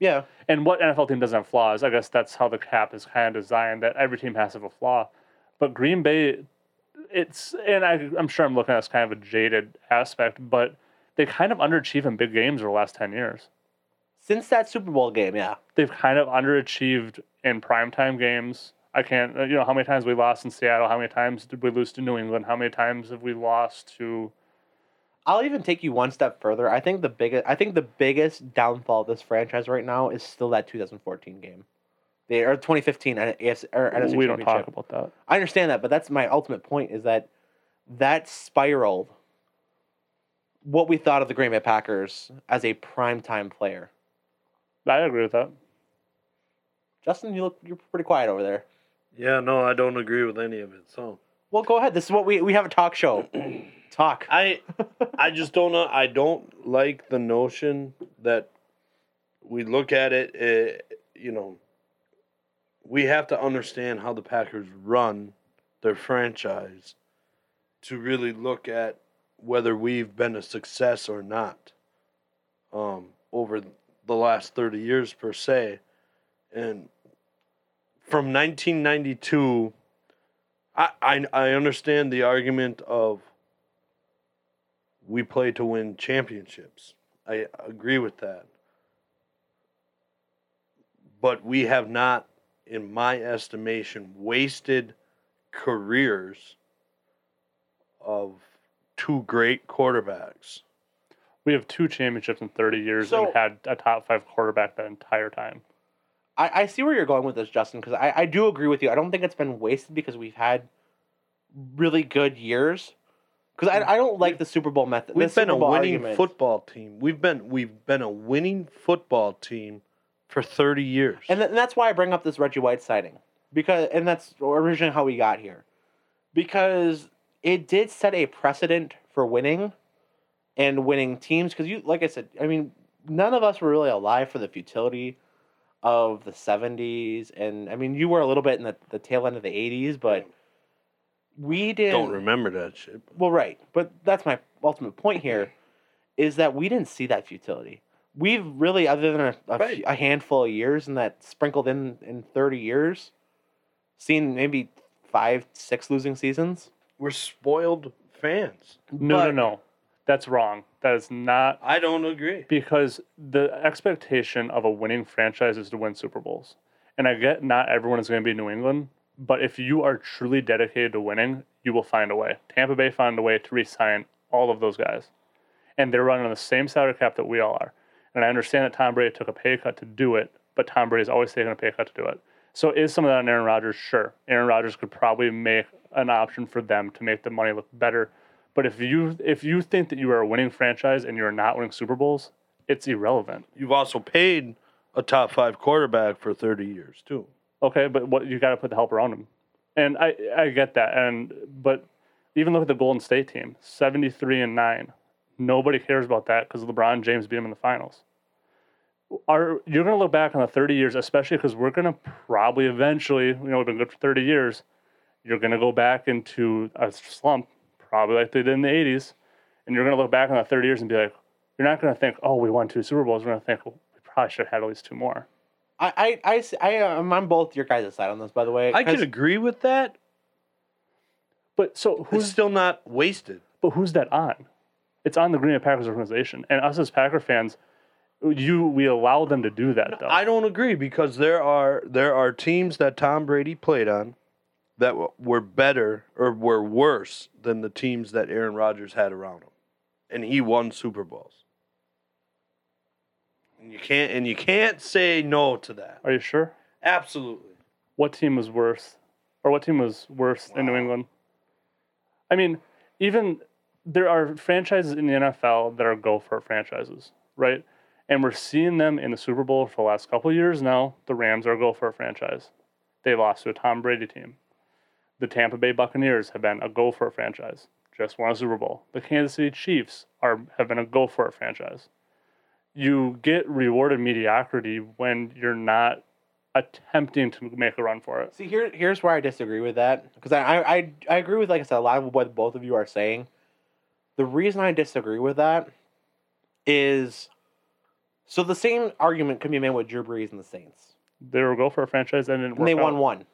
Speaker 1: yeah.
Speaker 2: And what NFL team doesn't have flaws? I guess that's how the cap is kind of designed that every team has to have a flaw. But Green Bay, it's, and I, I'm sure I'm looking at this kind of a jaded aspect, but they kind of underachieved in big games over the last 10 years.
Speaker 1: Since that Super Bowl game, yeah.
Speaker 2: They've kind of underachieved in primetime games. I can't, uh, you know, how many times we lost in Seattle? How many times did we lose to New England? How many times have we lost to,
Speaker 1: I'll even take you one step further. I think the biggest, I think the biggest downfall of this franchise right now is still that 2014 game, the or 2015 and AFC, or NFC
Speaker 2: we don't
Speaker 1: Championship.
Speaker 2: talk about that.
Speaker 1: I understand that, but that's my ultimate point is that that spiraled what we thought of the Green Bay Packers as a primetime player.
Speaker 2: I agree with that.
Speaker 1: Justin, you look you're pretty quiet over there.
Speaker 3: Yeah, no, I don't agree with any of it. So
Speaker 1: Well, go ahead. This is what we we have a talk
Speaker 2: <clears throat>
Speaker 1: show. talk.
Speaker 3: I, I just don't know. I don't like the notion that we look at it. eh, you know, we have to understand how the Packers run their franchise to really look at whether we've been a success or not um, over the last thirty years per se, and from nineteen ninety two. I, I, I understand the argument of we play to win championships. I agree with that. But we have not, in my estimation, wasted careers of two great quarterbacks.
Speaker 2: We have two championships in 30 years
Speaker 1: So-
Speaker 2: and had a top five quarterback that entire time.
Speaker 1: I, I see where you're going with this, Justin, because I, I do agree with you. I don't think it's been wasted because we've had really good years. Because I, I don't like the Super Bowl method.
Speaker 3: We've
Speaker 1: the
Speaker 3: been
Speaker 1: Super
Speaker 3: a
Speaker 1: Bowl
Speaker 3: winning
Speaker 1: argument.
Speaker 3: football team. We've been we've been a winning football team for thirty years.
Speaker 1: And, th- and that's why I bring up this Reggie White sighting because, and that's originally how we got here, because it did set a precedent for winning, and winning teams. Because you, like I said, I mean, none of us were really alive for the futility of the '70s, and I mean, you were a little bit in the, the tail end of the '80s, but we didn't.
Speaker 3: don't remember that shit.
Speaker 1: Well, right, but that's my ultimate point here, is that we didn't see that futility. We've really, other than a, a,
Speaker 3: Right.
Speaker 1: few- a handful of years, and that sprinkled in in thirty years, seen maybe five, six losing seasons.
Speaker 3: We're spoiled fans.
Speaker 2: No,
Speaker 1: But-
Speaker 2: no, no. That's wrong. That is not
Speaker 3: I don't agree.
Speaker 2: because the expectation of a winning franchise is to win Super Bowls. And I get not everyone is going to be New England, but if you are truly dedicated to winning, you will find a way. Tampa Bay found a way to re-sign all of those guys, and they're running on the same salary cap that we all are. And I understand that Tom Brady took a pay cut to do it, but Tom Brady's always taking a pay cut to do it. So is some of that on Aaron Rodgers? Sure. Aaron Rodgers could probably make an option for them to make the money look better. But if you if you think that you are a winning franchise and you are not winning Super Bowls, it's irrelevant.
Speaker 3: You've also paid a top five quarterback for 30 years, too.
Speaker 2: Okay, but what you got to put the help around him, and I I get that, and but even look at the Golden State team, seventy three and nine. Nobody cares about that because LeBron James beat him in the finals. Are you're gonna look back on the thirty years, especially because we're gonna probably eventually, you know, we've been good for thirty years. You're gonna go back into a slump, probably like they did in the eighties, and you're gonna look back on the thirty years and be like, you're not gonna think, oh, we won two Super Bowls. We're gonna think well, we probably should have had at least two more.
Speaker 1: I, I, I, s- I, am on both your guys' side on this, by the way.
Speaker 3: I
Speaker 1: 'cause
Speaker 3: can agree with that.
Speaker 2: But so
Speaker 3: Who's
Speaker 2: who's
Speaker 3: still not wasted?
Speaker 2: But who's that on? It's on the Green Bay Packers organization. And us as Packer fans, you we allow them to do that though.
Speaker 3: I don't agree because there are there are teams that Tom Brady played on that w- were better or were worse than the teams that Aaron Rodgers had around him, and he won Super Bowls. And you can't and you can't say no to that.
Speaker 2: Are you sure?
Speaker 3: Absolutely.
Speaker 2: What team was worse? Or what team was worse in New
Speaker 3: Wow.
Speaker 2: England? I mean, even there are franchises in the NFL that are go for it franchises, right? And we're seeing them in the Super Bowl for the last couple of years now. The Rams are a go for it franchise. They lost to a Tom Brady team. The Tampa Bay Buccaneers have been a go for it franchise. Just won a Super Bowl. The Kansas City Chiefs are have been a go for it franchise. You get rewarded mediocrity when you're not attempting to make a run for it.
Speaker 1: See, here, here's where I disagree with that because I, I, I, I agree with like I said a lot of what both of you are saying. The reason I disagree with that is so the same argument can be made with Drew Brees and the Saints,
Speaker 2: They were a go for a franchise and it didn't
Speaker 1: and
Speaker 2: work
Speaker 1: they
Speaker 2: out.
Speaker 1: won one.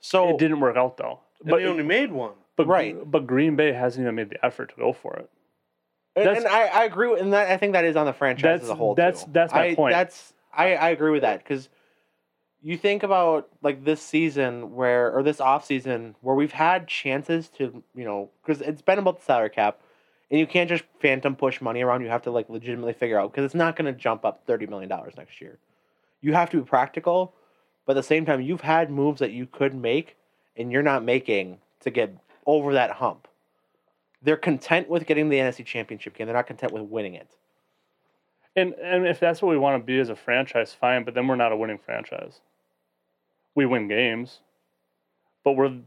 Speaker 1: So
Speaker 2: It didn't work out though.
Speaker 3: But he only made one.
Speaker 2: But
Speaker 1: Right.
Speaker 2: but Green Bay hasn't even made the effort to go for it.
Speaker 1: and,
Speaker 2: That's-
Speaker 1: and I, I agree with and that I think that is on the franchise
Speaker 2: That's-
Speaker 1: as a whole.
Speaker 2: that's-
Speaker 1: too.
Speaker 2: that's my
Speaker 1: I,
Speaker 2: point.
Speaker 1: That's I, I agree with that because you think about like this season where or this off season where we've had chances to you know because it's been about the salary cap and you can't just phantom push money around. You have to like legitimately figure out because it's not going to jump up thirty million dollars next year. You have to be practical, but at the same time, you've had moves that you could make and you're not making to get over that hump. They're content with getting the NFC Championship game. They're not content with winning it.
Speaker 2: And and if that's what we want to be as a franchise, fine. But then we're not a winning franchise. We win games, but we're.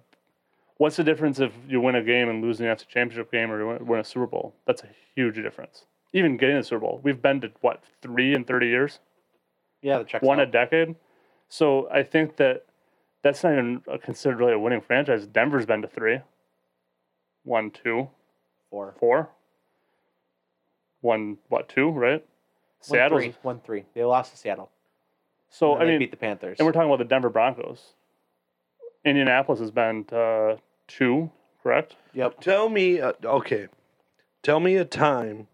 Speaker 2: What's the difference if you win a game and lose the NFC Championship game, or you win- win a Super Bowl? That's a huge difference. Even getting the Super Bowl, we've been to what three in thirty years.
Speaker 1: Yeah, the checks.
Speaker 2: one a
Speaker 1: out.
Speaker 2: decade. So I think that that's not even considered really a winning franchise. Denver's been to three, one, two,
Speaker 1: four.
Speaker 2: four, one, what, two, right? Seattle's.
Speaker 1: one three, one three. They lost to Seattle.
Speaker 2: So
Speaker 1: And
Speaker 2: I
Speaker 1: they
Speaker 2: mean,
Speaker 1: beat the Panthers.
Speaker 2: and we're talking about the Denver Broncos. Indianapolis has been to uh, two, correct?
Speaker 1: yep.
Speaker 3: Tell me, uh, okay, tell me a time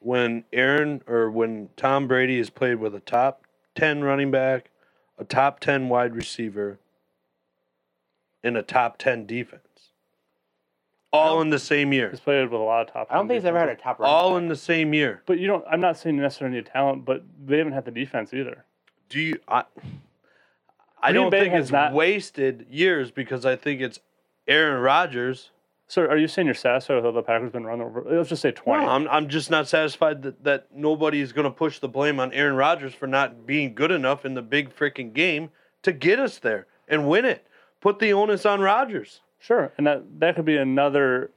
Speaker 3: when Aaron or when Tom Brady has played with a top ten running back, a top ten wide receiver, and a top ten defense, all in the same year,
Speaker 2: He's played with a lot of top.
Speaker 1: I don't think he's ever had a top. running
Speaker 3: all
Speaker 1: back.
Speaker 3: in the same year.
Speaker 2: But you don't. I'm not saying you necessarily need talent, but they haven't had the defense either.
Speaker 3: Do you? I, I
Speaker 2: Green
Speaker 3: don't
Speaker 2: Bay
Speaker 3: think
Speaker 2: has
Speaker 3: it's
Speaker 2: not-
Speaker 3: wasted years because I think it's Aaron Rodgers.
Speaker 2: So are you saying you're satisfied with how the Packers been run over? Let's just say twenty.
Speaker 3: No, I'm, I'm just not satisfied that, that nobody is going to push the blame on Aaron Rodgers for not being good enough in the big freaking game to get us there and win it. Put the onus on Rodgers.
Speaker 2: Sure, and that that could be another.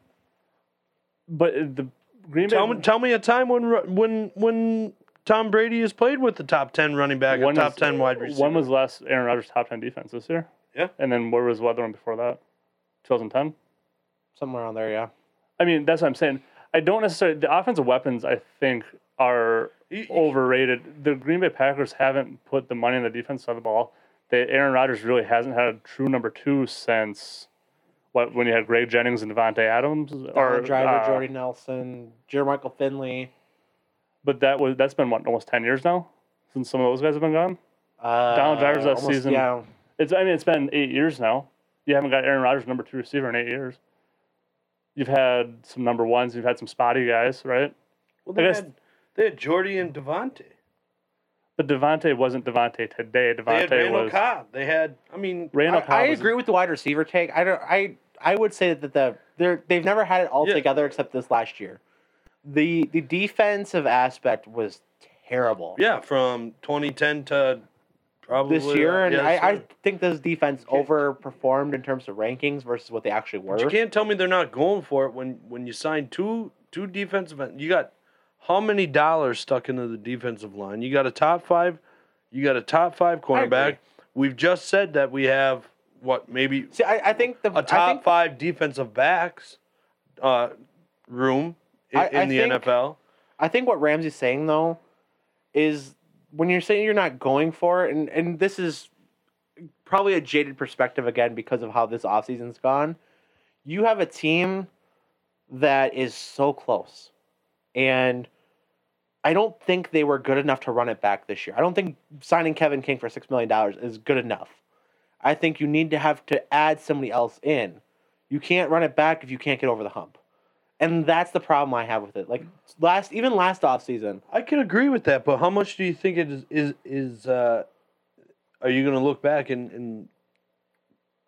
Speaker 2: But the Green Bay
Speaker 3: Tell me, tell me a time when Ro- when when Tom Brady has played with the top ten running back, a
Speaker 2: when
Speaker 3: top
Speaker 2: was-
Speaker 3: ten wide receiver.
Speaker 2: When was last Aaron Rodgers' top ten defense this year?
Speaker 3: Yeah.
Speaker 2: and then where was the other one before that? 2010.
Speaker 1: somewhere around there. Yeah.
Speaker 2: I mean, that's what I'm saying. I don't necessarily the offensive weapons. I think are
Speaker 3: You- you-
Speaker 2: overrated. The Green Bay Packers haven't put the money on the defense side of the ball. They, Aaron Rodgers really hasn't had a true number two since what when you had Greg Jennings and Devontae Adams
Speaker 1: Or driver
Speaker 2: uh,
Speaker 1: Jordy Nelson, Jermichael Finley.
Speaker 2: But that was that's been what almost ten years now since some of those guys have been gone.
Speaker 1: Uh,
Speaker 2: Donald Driver's last
Speaker 1: almost-
Speaker 2: season.
Speaker 1: Yeah.
Speaker 2: It's I mean it's been eight years now. You haven't got Aaron Rodgers number two receiver in eight years. You've had some number ones. You've had some spotty guys, right?
Speaker 3: well, they,
Speaker 2: I guess-
Speaker 3: had, they had Jordy and Devontae.
Speaker 2: But Devontae wasn't Devontae today.
Speaker 3: They had
Speaker 2: Devontae
Speaker 3: Randall
Speaker 2: was
Speaker 3: Cobb. They had. I mean,
Speaker 2: Randall
Speaker 1: I, I
Speaker 2: Cobb was-
Speaker 1: agree with the wide receiver take. I don't. I I would say that the they're, they've never had it all
Speaker 3: Yeah.
Speaker 1: together except this last year. The the defensive aspect was terrible
Speaker 3: yeah, from 2010 to probably
Speaker 1: this year, and
Speaker 3: yeah, this
Speaker 1: I, I
Speaker 3: year.
Speaker 1: think this defense overperformed in terms of rankings versus what they actually were.
Speaker 3: But you can't tell me they're not going for it when when you sign two two defensive end. You got how many dollars stuck into the defensive line? You got a top five. You got a top five cornerback. We've just said that we have what maybe
Speaker 1: See, I, I think the
Speaker 3: a
Speaker 1: I
Speaker 3: top
Speaker 1: think,
Speaker 3: five defensive backs uh, room in,
Speaker 1: I- I
Speaker 3: in the
Speaker 1: think-
Speaker 3: NFL.
Speaker 1: I think what Ramsey's saying though is when you're saying you're not going for it, and, and this is probably a jaded perspective again because of how this offseason's gone, you have a team that is so close. And I don't think they were good enough to run it back this year. I don't think signing Kevin King for $6 million is good enough. I think you need to have to add somebody else in. You can't run it back if you can't get over the hump. And that's the problem I have with it. Like last even last offseason,
Speaker 3: I can agree with that, but how much do you think it is is, is uh, are you going to look back and, and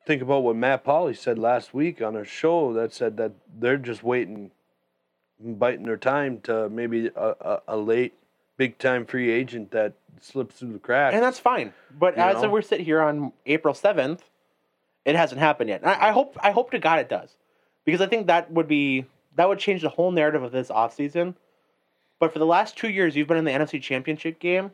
Speaker 3: think about what Matt Polly said last week on a show that said that they're just waiting, biting their time to maybe a, a, a late big time free agent that slips through the cracks.
Speaker 1: and that's fine. But
Speaker 3: You
Speaker 1: as
Speaker 3: know?
Speaker 1: we sit here on April seventh, it hasn't happened yet. And I, I hope I hope to God it does, because I think that would be that would change the whole narrative of this offseason. But for the last two years, you've been in the NFC Championship game,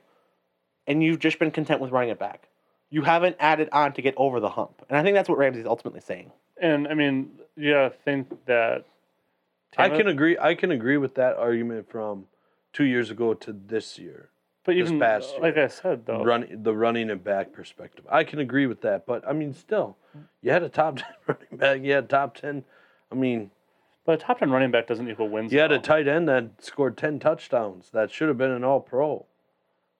Speaker 1: and you've just been content with running it back. You haven't added on to get over the hump, and I think that's what Ramsey's ultimately saying.
Speaker 2: And I mean, you gotta think that
Speaker 3: I
Speaker 2: Tama-
Speaker 3: can agree. I can agree with that argument from two years ago to this year.
Speaker 2: but
Speaker 3: this
Speaker 2: even
Speaker 3: past year.
Speaker 2: like I said though,
Speaker 3: Run the running it back perspective. I can agree with that, but I mean, still, you had a top <laughs> ten running back. You had top ten. I mean,
Speaker 2: but a top ten running back doesn't equal wins.
Speaker 3: you had a
Speaker 2: though.
Speaker 3: tight end that scored ten touchdowns. That should have been an All Pro.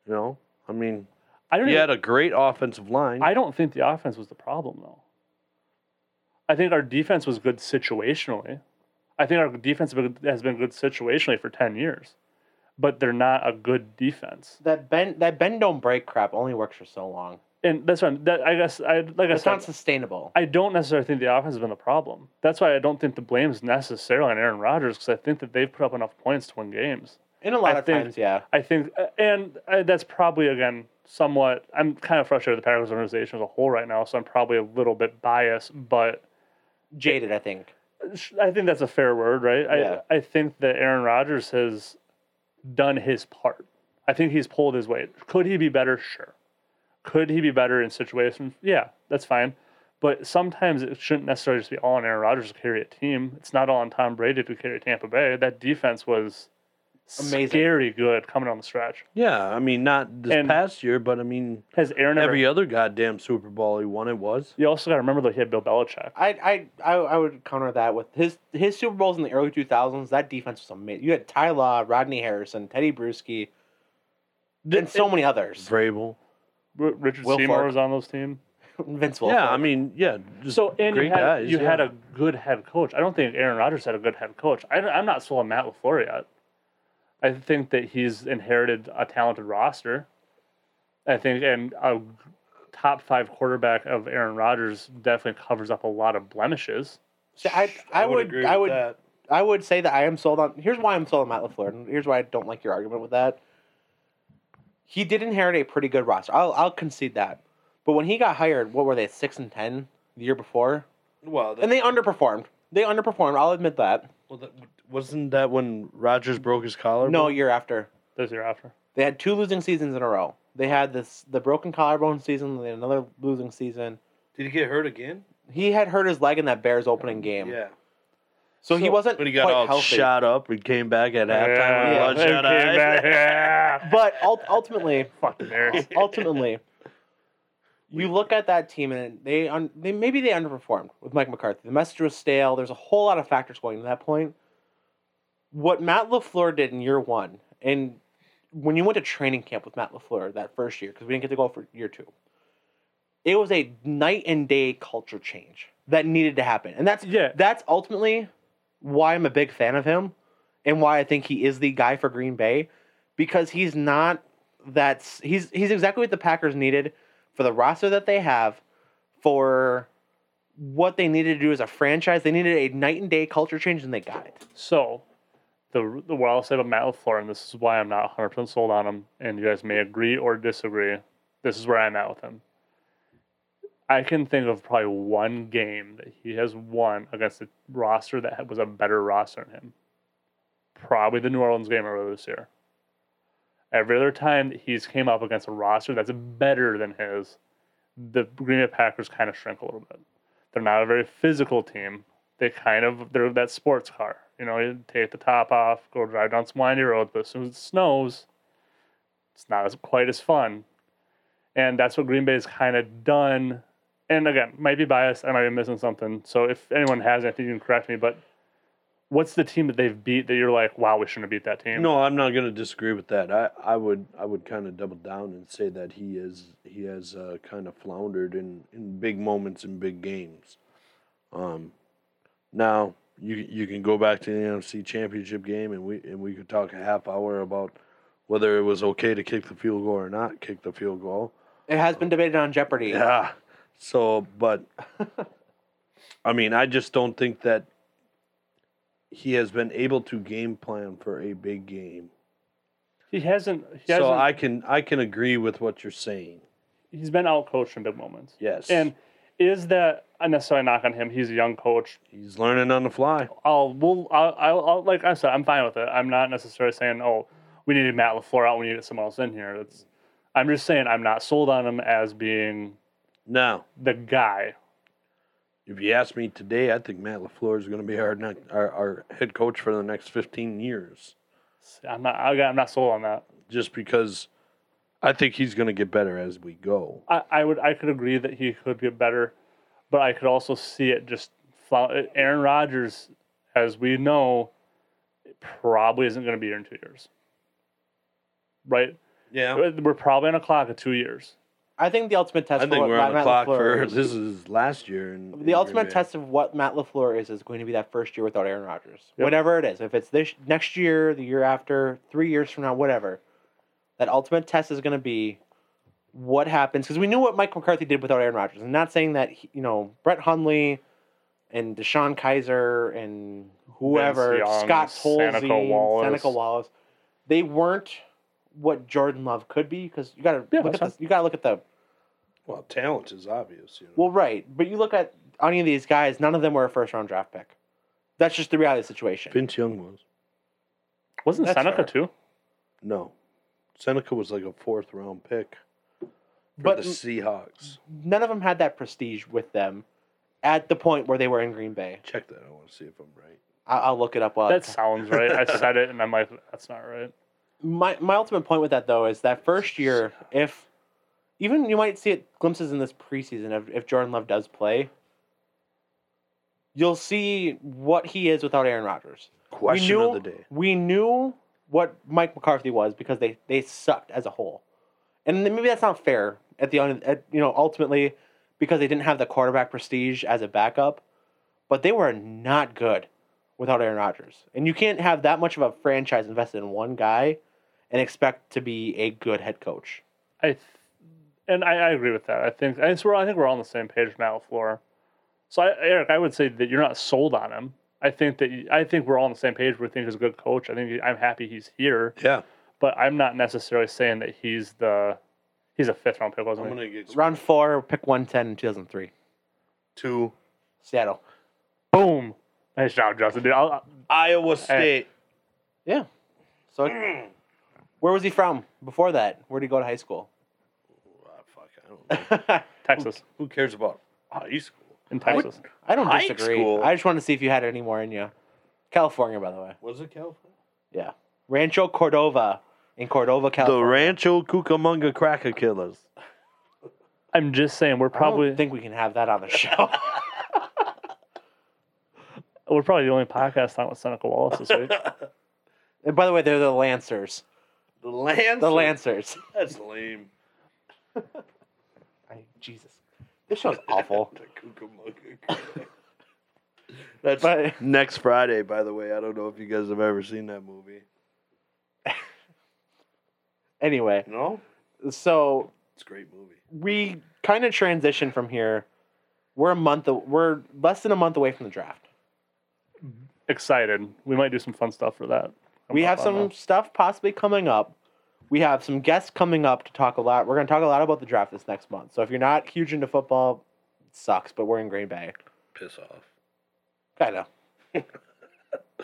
Speaker 3: You know, I mean,
Speaker 2: I don't
Speaker 3: you
Speaker 2: even,
Speaker 3: had a great offensive line.
Speaker 2: I don't think the offense was the problem though. I think our defense was good situationally. I think our defense has been- has been good situationally for ten years, but they're not a good defense.
Speaker 1: That bend that bend don't break crap only works for so long.
Speaker 2: And that's what I'm, that, I guess. I like I
Speaker 1: It's
Speaker 2: said,
Speaker 1: not sustainable.
Speaker 2: I don't necessarily think the offense has been the problem. That's why I don't think the blame is necessarily on Aaron Rodgers because I think that they've put up enough points to win games.
Speaker 1: In a lot
Speaker 2: I
Speaker 1: of
Speaker 2: think-
Speaker 1: times, yeah.
Speaker 2: I think, and uh, that's probably again somewhat. I'm kind of frustrated with the Packers organization as a whole right now, so I'm probably a little bit biased, but
Speaker 1: Jaded, I think.
Speaker 2: I think that's a fair word, right?
Speaker 1: Yeah.
Speaker 2: I, I think that Aaron Rodgers has done his part. I think he's pulled his weight. Could he be better? Sure. Could he be better in situations? Yeah, that's fine. But sometimes it shouldn't necessarily just be all on Aaron Rodgers to carry a team. It's not all on Tom Brady to carry Tampa Bay. That defense was
Speaker 1: Amazing.
Speaker 2: scary good coming on the stretch.
Speaker 3: yeah, I mean, not this
Speaker 2: And-
Speaker 3: past year, but I mean,
Speaker 2: Has Aaron ever?
Speaker 3: every other goddamn Super Bowl he won, it was.
Speaker 2: you also got to remember that he had Bill Belichick.
Speaker 1: I, I I I would counter that with his his Super Bowls in the early two thousands. That defense was amazing. You had Ty Law, Rodney Harrison, Teddy Bruschi, and so many others. <laughs>
Speaker 3: Vrabel.
Speaker 2: R- Richard
Speaker 1: Will
Speaker 2: Seymour
Speaker 1: Clark.
Speaker 2: was on those teams.
Speaker 1: Vince Wilfork.
Speaker 3: Yeah, I mean, yeah. Just
Speaker 2: So and you
Speaker 3: great
Speaker 2: had
Speaker 3: guys,
Speaker 2: you
Speaker 3: yeah.
Speaker 2: had a good head coach. I don't think Aaron Rodgers had a good head coach. I, am not sold on Matt Lafleur yet. I think that he's inherited a talented roster. I think and a top five quarterback of Aaron Rodgers definitely covers up a lot of blemishes.
Speaker 1: So I, I would I would I would say that I am sold on. Here's why I'm sold on Matt Lafleur, and here's why I don't like your argument with that. He did inherit a pretty good roster. I'll I'll concede that. But when he got hired, what were they six and ten the year before?
Speaker 3: Well,
Speaker 1: And they underperformed. They underperformed. I'll admit that.
Speaker 3: Well, that, wasn't that when Rogers broke his collar?
Speaker 1: No, year after.
Speaker 2: This year after.
Speaker 1: They had two losing seasons in a row. They had this the broken collarbone season, then another losing season.
Speaker 3: did he get hurt again?
Speaker 1: He had hurt his leg in that Bears opening game,
Speaker 3: Yeah,
Speaker 1: so, he
Speaker 2: So-
Speaker 1: wasn't
Speaker 3: when he got
Speaker 1: quite
Speaker 3: all
Speaker 1: healthy.
Speaker 3: shot up and came back at halftime
Speaker 1: Yeah,
Speaker 3: with
Speaker 2: they
Speaker 3: bloodshot
Speaker 2: came
Speaker 3: eyes. <laughs>
Speaker 2: back. Yeah. <laughs>
Speaker 1: But ult- ultimately,
Speaker 2: Fucking Bears.
Speaker 1: ultimately, you look at that team and they, un- they maybe they underperformed with Mike McCarthy. The message was stale. There's a whole lot of factors going to that point. What Matt Lafleur did in year one, and when you went to training camp with Matt Lafleur that first year, because we didn't get to go for year two, it was a night and day culture change that needed to happen, and that's
Speaker 2: Yeah.
Speaker 1: that's ultimately why I'm a big fan of him, and why I think he is the guy for Green Bay, because he's not that's he's he's exactly what the Packers needed for the roster that they have, for what they needed to do as a franchise. They needed a night and day culture change, and they got it.
Speaker 2: So, the, the what I'll say about Matt Lafleur, and this is why I'm not 100 percent sold on him, and you guys may agree or disagree. This is where I'm at with him. I can think of probably one game that he has won against a roster that had- was a better roster than him. Probably the New Orleans game earlier this year. Every other time that he's came up against a roster that's better than his, the Green Bay Packers kind of shrink a little bit. They're not a very physical team. They kind of they're that sports car. You know, you take the top off, go drive down some windy roads, but as soon as it snows, it's not as quite as fun. And that's what Green Bay's kind of done. And again, might be biased. I might be missing something. So if anyone has anything, you can correct me. But what's the team that they've beat that you're like, wow, we shouldn't have beat that team?
Speaker 3: No, I'm not going to disagree with that. I, I would I would kind of double down and say that he is he has uh, kind of floundered in, in big moments in big games. Um, now you you can go back to the NFC Championship game and we and we could talk a half hour about whether it was okay to kick the field goal or not kick the field goal.
Speaker 1: It has been debated on Jeopardy.
Speaker 3: Yeah. So,
Speaker 2: <laughs>
Speaker 3: but I mean, I just don't think that he has been able to game plan for a big game.
Speaker 2: He hasn't. He hasn't
Speaker 3: So I can I can agree with what you're saying.
Speaker 2: he's been outcoached in big moments.
Speaker 3: Yes.
Speaker 2: And is that a necessarily knock on him? He's a young coach.
Speaker 3: he's learning on the fly.
Speaker 2: I'll, we'll, I'll, I'll, I'll, like I said, I'm fine with it. I'm not necessarily saying, oh, we needed Matt Lafleur out. We needed someone else in here. That's, I'm just saying I'm not sold on him as being
Speaker 3: Now,
Speaker 2: the guy.
Speaker 3: if you ask me today, I think Matt Lafleur is going to be our, ne- our our head coach for the next 15 years,
Speaker 2: I'm not. I'm not sold on that.
Speaker 3: just because I think he's going to get better as we go.
Speaker 2: I, I would I could agree that he could get better, but I could also see it just flou- Aaron Rodgers, as we know, probably isn't going to be here in two years. Right,
Speaker 3: Yeah.
Speaker 2: we're probably on a clock of two years.
Speaker 1: I think the ultimate test.
Speaker 3: I
Speaker 1: for
Speaker 3: think
Speaker 1: what
Speaker 3: we're on the
Speaker 1: Matt
Speaker 3: clock
Speaker 1: LaFleur
Speaker 3: for
Speaker 1: is-
Speaker 3: this is last year. And
Speaker 1: The ultimate test of what Matt Lafleur is is going to be that first year without Aaron Rodgers,
Speaker 2: Yep.
Speaker 1: whenever it is. If it's this next year, the year after, three years from now, whatever. That ultimate test is going to be what happens because we knew what Mike McCarthy did without Aaron Rodgers. I'm not saying that he- you know Brett Hundley and Deshaun Kaiser and whoever
Speaker 2: Vince Young,
Speaker 1: Scott Tolzien,
Speaker 2: Seneca Wallace.
Speaker 1: Seneca Wallace, they weren't what Jordan Love could be because you got to
Speaker 2: Yeah,
Speaker 1: look
Speaker 2: that's
Speaker 1: at this, you got to look at the
Speaker 3: Well, talent is obvious. You know?
Speaker 1: well, right, but you look at any of these guys, none of them were a first round draft pick. That's just the reality of the situation.
Speaker 3: Vince Young was.
Speaker 2: Wasn't
Speaker 1: That's
Speaker 2: Seneca
Speaker 1: fair.
Speaker 2: too?
Speaker 3: No. Seneca was like a fourth round pick for
Speaker 1: But
Speaker 3: the Seahawks.
Speaker 1: none of them had that prestige with them at the point where they were in Green Bay.
Speaker 3: Check that. I want to see if I'm right.
Speaker 1: I- I'll look it up. While
Speaker 2: That sounds right. I said it, and I'm like, that's not right.
Speaker 1: my my ultimate point with that though is that first year, if even you might see it glimpses in this preseason if, if Jordan Love does play, you'll see what he is without Aaron Rodgers.
Speaker 3: Question
Speaker 1: we knew,
Speaker 3: of the day.
Speaker 1: We knew what Mike McCarthy was because they they sucked as a whole, and then maybe that's not fair at the end. At, you know, ultimately, because they didn't have the quarterback prestige as a backup, but they were not good without Aaron Rodgers, and you can't have that much of a franchise invested in one guy and expect to be a good head coach.
Speaker 2: I, th- and I, I agree with that. I think I think we're I think we're all on the same page now, Floor. So I, Eric, I would say that you're not sold on him. I think that you, I think we're all on the same page. We think he's a good coach. I think he, I'm happy he's here,
Speaker 3: Yeah.
Speaker 2: but I'm not necessarily saying that he's the he's a fifth round pick, wasn't
Speaker 3: I'm
Speaker 2: he?
Speaker 3: going to get
Speaker 1: Round four, pick one ten in two thousand three,
Speaker 3: two.
Speaker 1: Seattle.
Speaker 2: Boom! Nice job, Justin. Dude, I'll,
Speaker 3: Iowa State.
Speaker 1: Yeah.
Speaker 3: <clears throat>
Speaker 1: So, where was he from before that? Where did he go to high school? <laughs>
Speaker 3: Ah, fuck, I don't know.
Speaker 2: Texas
Speaker 3: Who cares about high school?
Speaker 2: in Texas.
Speaker 1: I don't
Speaker 3: High
Speaker 1: disagree.
Speaker 3: school?
Speaker 1: I just wanted to see if you had any more in you. California, by the way.
Speaker 3: Was it California?
Speaker 1: Yeah. Rancho Cordova in Cordova,
Speaker 3: The
Speaker 1: California.
Speaker 3: Rancho Cucamonga Cracker Killers.
Speaker 2: I'm just saying we're
Speaker 1: I
Speaker 2: probably
Speaker 1: don't think we can have that on the <laughs> show.
Speaker 2: we're probably the only podcast on with Seneca
Speaker 1: <laughs>
Speaker 2: Wallace this week.
Speaker 1: and by the way, they're the Lancers.
Speaker 3: The Lance.
Speaker 1: The Lancers.
Speaker 3: That's lame.
Speaker 1: I, Jesus. This show's awful.
Speaker 3: The Cucamonga Cracker. That's
Speaker 1: But-
Speaker 3: next Friday, by the way. I don't know if you guys have ever seen that movie.
Speaker 1: <laughs> Anyway,
Speaker 3: No,
Speaker 1: so
Speaker 3: it's a great movie.
Speaker 1: we kind of transition from here. We're a month. a- We're less than a month away from the draft.
Speaker 2: Excited. We might do some fun stuff for that. I'm
Speaker 1: we
Speaker 2: up
Speaker 1: have
Speaker 2: on
Speaker 1: some
Speaker 2: that.
Speaker 1: stuff possibly coming up. We have some guests coming up to talk a lot. We're going to talk a lot about the draft this next month. So if you're not huge into football, it sucks. But we're in Green Bay,
Speaker 3: Piss off.
Speaker 1: kind of.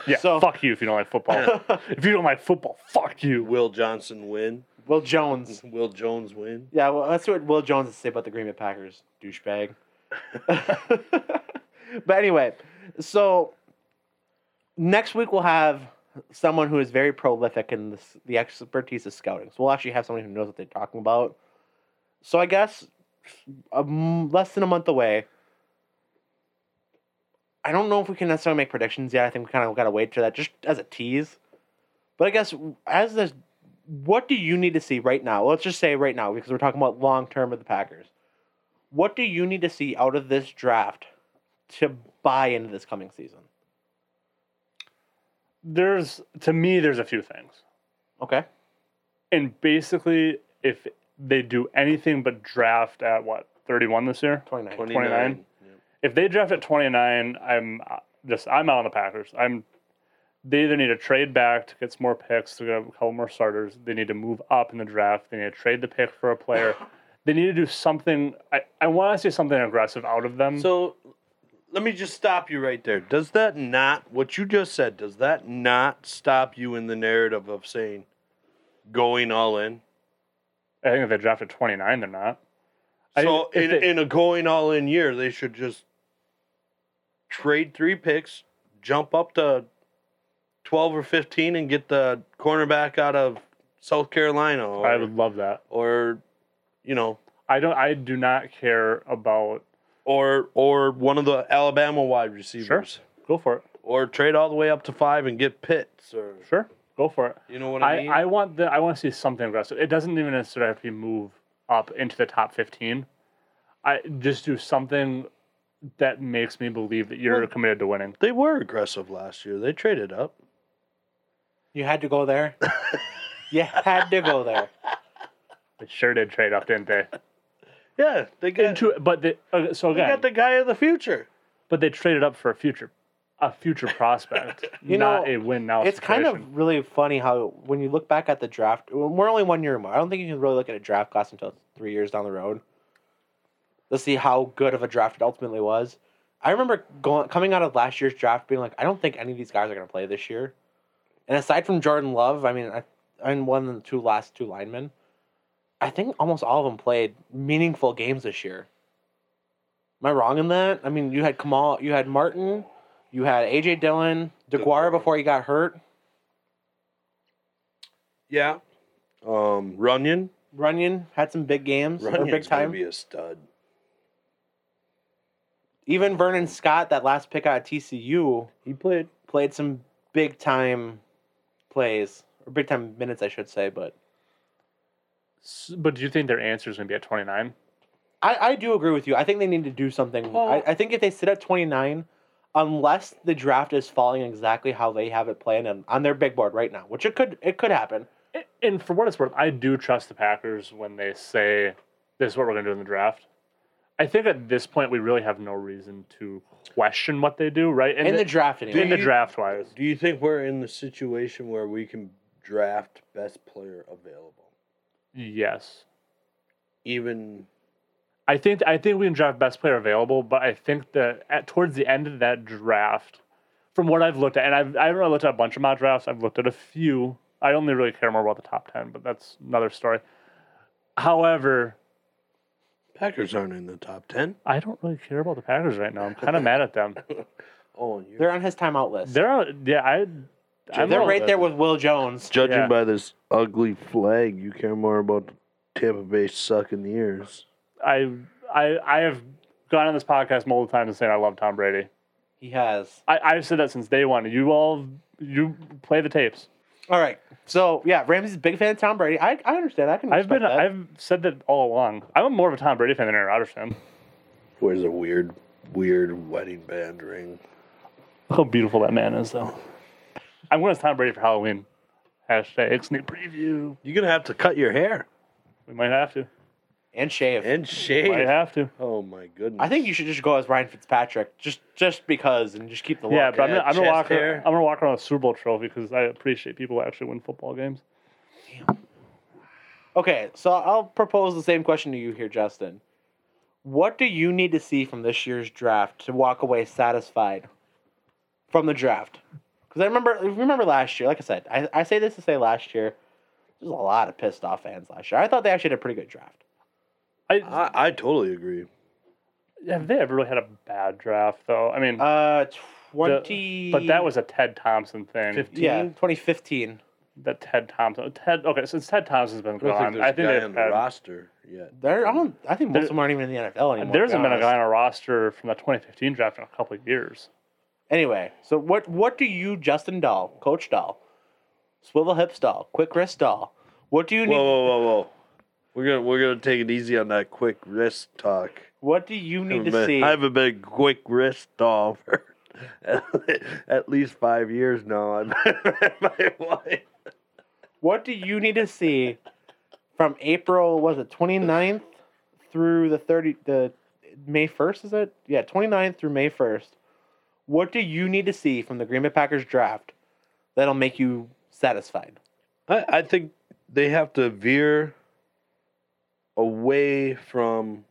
Speaker 2: Yeah,
Speaker 1: so-
Speaker 2: fuck you if you don't
Speaker 1: <laughs>
Speaker 2: like football. if you don't like football, fuck you.
Speaker 3: Will Johnson win? <laughs>
Speaker 1: Will Jones.
Speaker 3: Will Jones win?
Speaker 1: Yeah, well, that's what Will Jones has to say about the Green Bay Packers, douchebag. <laughs> but anyway, so next week we'll have someone who is very prolific in this, the expertise of scouting. So we'll actually have someone who knows what they're talking about. So I guess um, less than a month away. I don't know if we can necessarily make predictions yet. I think we kind of got to wait for that just as a tease. But I guess as this what do you need to see right now? Let's just say right now, because we're talking about long term of the Packers. What do you need to see out of this draft to buy into this coming season?
Speaker 2: There's to me, there's a few things.
Speaker 1: Okay.
Speaker 2: And basically, if they do anything but draft at what 31 this year,
Speaker 1: 29.
Speaker 2: 29? if they draft at 29, I'm uh, just I'm out on the Packers. I'm they either need to trade back to get some more picks to get a couple more starters. They need to move up in the draft. They need to trade the pick for
Speaker 1: <laughs>
Speaker 2: a player. they need to do something. I, I want to see something aggressive out of them.
Speaker 3: So let me just stop you right there. Does that not what you just said? Does that not stop you in the narrative of saying going all in?
Speaker 2: I think if they draft at 29, they're not. I-
Speaker 3: So
Speaker 2: if
Speaker 3: in,
Speaker 2: they-
Speaker 3: in a going all in year, they should just trade three picks, jump up to twelve or fifteen, and get the cornerback out of South Carolina, or,
Speaker 2: I would love that.
Speaker 3: or you know,
Speaker 2: I don't. I do not care about.
Speaker 3: or or one of the Alabama wide receivers,
Speaker 2: Go for it.
Speaker 3: or trade all the way up to five and get Pitts, or
Speaker 2: Sure. Go for it.
Speaker 3: you know what I,
Speaker 2: I,
Speaker 3: mean.
Speaker 2: I want the I want to see something aggressive. It doesn't even necessarily have to be move up into the top fifteen. I just do something that makes me believe that you're
Speaker 3: Well-
Speaker 2: committed to winning.
Speaker 3: They were aggressive last year. They traded up.
Speaker 1: You had to go there. you had to go there.
Speaker 2: They sure did trade up, didn't they?
Speaker 3: <laughs> Yeah, they got,
Speaker 2: Into but they, uh, so
Speaker 3: they
Speaker 2: again,
Speaker 3: got the guy of the future.
Speaker 2: but they traded up for a future, a future
Speaker 3: <laughs>
Speaker 2: prospect,
Speaker 1: You
Speaker 2: not
Speaker 1: know,
Speaker 2: a win now.
Speaker 1: It's kind
Speaker 2: situation.
Speaker 1: of really funny how when you look back at the draft, well, we're only one year more. I don't think you can really look at a draft class until three years down the road. Let's see how good of a draft it ultimately was. I remember going coming out of last year's draft being like, I don't think any of these guys are going to play this year. And aside from Jordan Love, I mean, I, and one of the two last two linemen, I think almost all of them played meaningful games this year. Am I wrong in that? I mean, you had Kamal, you had Martin, you had AJ Dillon, DeGuara before he got hurt.
Speaker 3: Yeah. Um, Runyon.
Speaker 1: Runyon had some big games or big
Speaker 3: Runyon's gonna
Speaker 1: time.
Speaker 3: be a stud.
Speaker 1: Even Vernon Scott, that last pick out of TCU,
Speaker 3: He played.
Speaker 1: played some big time plays or big time minutes, I should say. But
Speaker 2: S- But do you think their answer is going to be at twenty nine?
Speaker 1: I, I do agree with you. I think they need to do something. I, I think if they sit at twenty nine, unless the draft is falling exactly how they have it planned and on their big board right now, which it could it could happen.
Speaker 2: and for what it's worth, I do trust the Packers when they say this is what we're going to do in the draft. I think at this point we really have no reason to question what they do, right? And
Speaker 1: in the draft anyway.
Speaker 2: in the
Speaker 3: you-
Speaker 2: draft wise,
Speaker 3: Do you think we're in the situation where we can draft best player available?
Speaker 2: yes,
Speaker 3: Even
Speaker 2: I think I think we can draft best player available, but I think that at towards the end of that draft, from what I've looked at, and I've I haven't really looked at a bunch of mock drafts. I've looked at a few. I only really care more about the top ten, but that's another story. However,
Speaker 3: Packers aren't in the top ten.
Speaker 2: I don't really care about the Packers right now. I'm kind of mad at them.
Speaker 3: Oh, you're
Speaker 1: They're on his timeout list. They're,
Speaker 2: They're on- yeah, I. I'm
Speaker 3: They're
Speaker 2: on-
Speaker 1: right there with Will Jones.
Speaker 3: judging
Speaker 2: yeah.
Speaker 3: by this ugly flag. You care more about Tampa Bay sucking the ears.
Speaker 2: I I I have gone on this podcast multiple times and saying I love Tom Brady.
Speaker 1: He has.
Speaker 2: I, I've said that since day one. You all you play the tapes.
Speaker 1: All right. So yeah, Ramsey's a big fan of Tom Brady. I, I understand. I can.
Speaker 2: I've been
Speaker 1: respect that.
Speaker 2: I've said that all along. I'm more of a Tom Brady fan than Aaron Rodgers fan.
Speaker 3: Where's a weird, weird wedding band ring?
Speaker 2: How beautiful that man is, though. I'm going as Tom Brady for Halloween. Hashtag Ixnay preview.
Speaker 3: You're gonna have to cut your hair
Speaker 2: We might have to.
Speaker 1: and shave.
Speaker 3: and
Speaker 2: Might
Speaker 3: shave.
Speaker 2: have to.
Speaker 3: Oh my goodness!
Speaker 1: I think you should just go as Ryan Fitzpatrick, just just because, and just keep the look.
Speaker 2: Yeah, but I'm gonna,
Speaker 3: at
Speaker 2: I'm gonna
Speaker 3: chest
Speaker 2: walk.
Speaker 3: hair.
Speaker 2: Around, I'm gonna walk around with a Super Bowl trophy because I appreciate people who actually win football games.
Speaker 1: Okay, so I'll propose the same question to you here, Justin. What do you need to see from this year's draft to walk away satisfied from the draft? Because I remember, remember last year. Like I said, I, I say this to say last year, there's a lot of pissed off fans last year. I thought they actually had a pretty good draft.
Speaker 2: I
Speaker 3: I, I totally agree.
Speaker 2: have they ever really had a bad draft though? I mean,
Speaker 1: Uh,
Speaker 2: the-
Speaker 1: twenty.
Speaker 2: but that was a Ted Thompson thing.
Speaker 3: 15?
Speaker 1: yeah, 2015.
Speaker 2: That Ted Thompson. Ted. Okay, since Ted Thompson's been
Speaker 3: I don't think
Speaker 2: gone,
Speaker 3: there's
Speaker 2: I think
Speaker 3: a guy
Speaker 2: they've
Speaker 3: on the
Speaker 2: had-
Speaker 3: roster yet.
Speaker 1: There, I don't. I think most
Speaker 2: There-
Speaker 1: of them aren't even in the NFL anymore.
Speaker 2: there
Speaker 1: to
Speaker 2: hasn't
Speaker 1: be
Speaker 2: been a
Speaker 1: honest.
Speaker 2: guy on a roster from the 2015 draft in a couple of years.
Speaker 1: Anyway, so what what do you, Justin Dahl, Coach Dahl, Swivel Hips Dahl, Quick Wrist Dahl, what do you need?
Speaker 3: Whoa, whoa, whoa, whoa! We're gonna we're gonna take it easy on that quick wrist talk.
Speaker 1: What do you need to
Speaker 3: Haven't been-
Speaker 1: see?
Speaker 3: I haven't been quick wrist doll for <laughs> at least five years now. <laughs> I've been my wife.
Speaker 1: What do you need to see from April? Was it 29th through the 30 the May 1st? Is it? Yeah, 29th through May 1st. What do you need to see from the Green Bay Packers draft that'll make you satisfied?
Speaker 3: I, I think they have to veer away from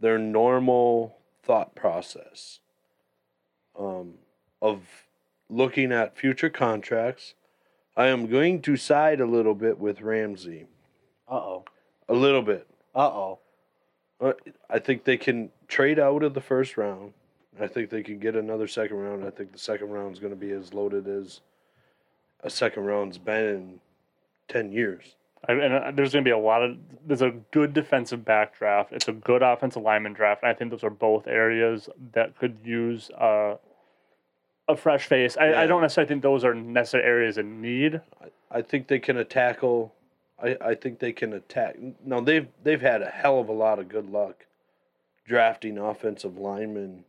Speaker 3: their normal thought process um, of looking at future contracts. I am going to side a little bit with Ramsey,
Speaker 1: Uh oh.
Speaker 3: a little bit.
Speaker 1: Uh oh.
Speaker 3: Uh, I think they can trade out of the first round. I think they can get another second round. I think the second round's going to be as loaded as a second round's been in 10 years.
Speaker 2: I, and uh, there's going to be a lot of there's a good defensive back draft. It's a good offensive lineman draft. And I think those are both areas that could use uh, a fresh face. I, I
Speaker 3: Yeah.
Speaker 2: don't necessarily think those are necessary areas in need.
Speaker 3: I think they can tackle. I, I think they can attack. Now they've they've had a hell of a lot of good luck drafting offensive linemen.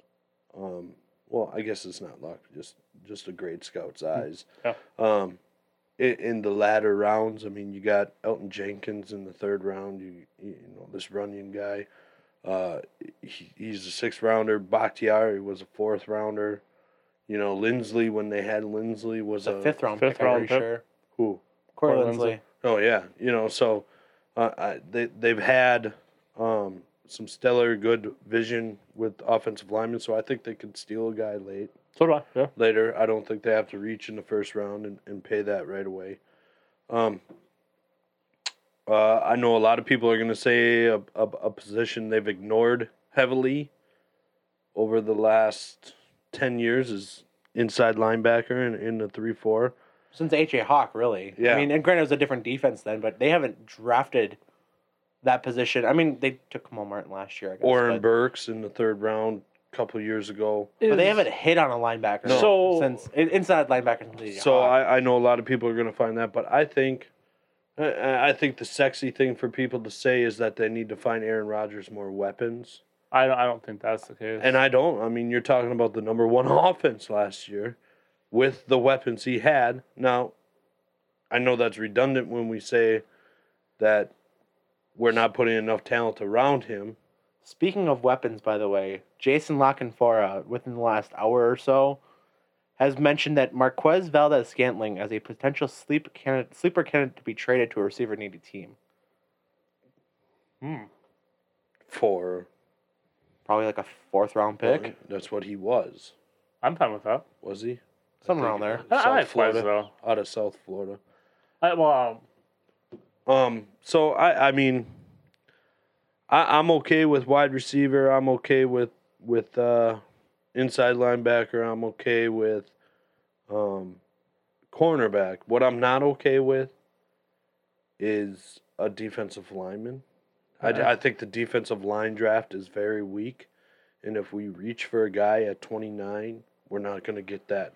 Speaker 3: Um, well, I guess it's not luck, just just a great
Speaker 1: Hmm.
Speaker 3: scout's eyes.
Speaker 2: Yeah.
Speaker 3: Um, in, in the latter rounds, I mean, you got Elton Jenkins in the third round. You you know this Runyon guy. Uh, he, he's a sixth rounder. Bakhtiari was a fourth rounder. You know, Lindsley when they had Lindsley was
Speaker 1: The
Speaker 3: a
Speaker 1: fifth round
Speaker 2: fifth
Speaker 1: pick, I'm
Speaker 2: round
Speaker 1: pretty
Speaker 2: pick.
Speaker 1: sure.
Speaker 3: Who
Speaker 1: Corey
Speaker 2: Corey
Speaker 1: Lindsley.
Speaker 2: Lindsley.
Speaker 3: Oh yeah, you know, so uh, I, they they've had um, some stellar good vision with offensive linemen, so I think they could steal a guy late
Speaker 2: So do I. Yeah.
Speaker 3: later. I don't think they have to reach in the first round and, and pay that right away. Um, uh, I know a lot of people are going to say a, a, a position they've ignored heavily over the last ten years is inside linebacker in, in the three four.
Speaker 1: since AJ Hawk, really. I
Speaker 3: Yeah.
Speaker 1: mean, and granted, it was a different defense then, but they haven't drafted that position. I mean, they took Kamal Martin last year, I guess.
Speaker 3: Oren
Speaker 1: but,
Speaker 3: Burks in the third round a couple years ago.
Speaker 1: but they haven't hit on a linebacker
Speaker 3: No.
Speaker 2: So-
Speaker 1: since in- inside linebacker. Since AJ
Speaker 3: So
Speaker 1: Hawk.
Speaker 3: I, I know a lot of people are going to find that, but I think, I- I, I think the sexy thing for people to say is that they need to find Aaron Rodgers more weapons,
Speaker 2: I don't, I don't think that's the case.
Speaker 3: and I don't. I mean, you're talking about the number one <laughs> offense last year, with the weapons he had. Now, I know that's redundant when we say that we're not putting enough talent around him.
Speaker 1: speaking of weapons, by the way, Jason Lockenfora, within the last hour or so, has mentioned that Marquez Valdez Scantling as a potential sleep candidate, sleeper candidate to be traded to a receiver needy team.
Speaker 2: Hmm.
Speaker 3: For
Speaker 1: Probably like a fourth round pick,
Speaker 3: that's what he was.
Speaker 2: I'm fine with that.
Speaker 3: Was he?
Speaker 1: somewhere around
Speaker 3: think
Speaker 1: there.
Speaker 2: I, I
Speaker 3: South
Speaker 2: like Flores,
Speaker 3: Florida.
Speaker 2: though.
Speaker 3: Out of South Florida.
Speaker 2: I, well,
Speaker 3: Um, so I, I mean, I, I'm okay with wide receiver. I'm okay with with uh, inside linebacker. I'm okay with um, cornerback. What I'm not okay with is a defensive lineman. I,
Speaker 2: Uh-uh.
Speaker 3: I think the defensive line draft is very weak, and if we reach for a guy at 29, we're not going to get that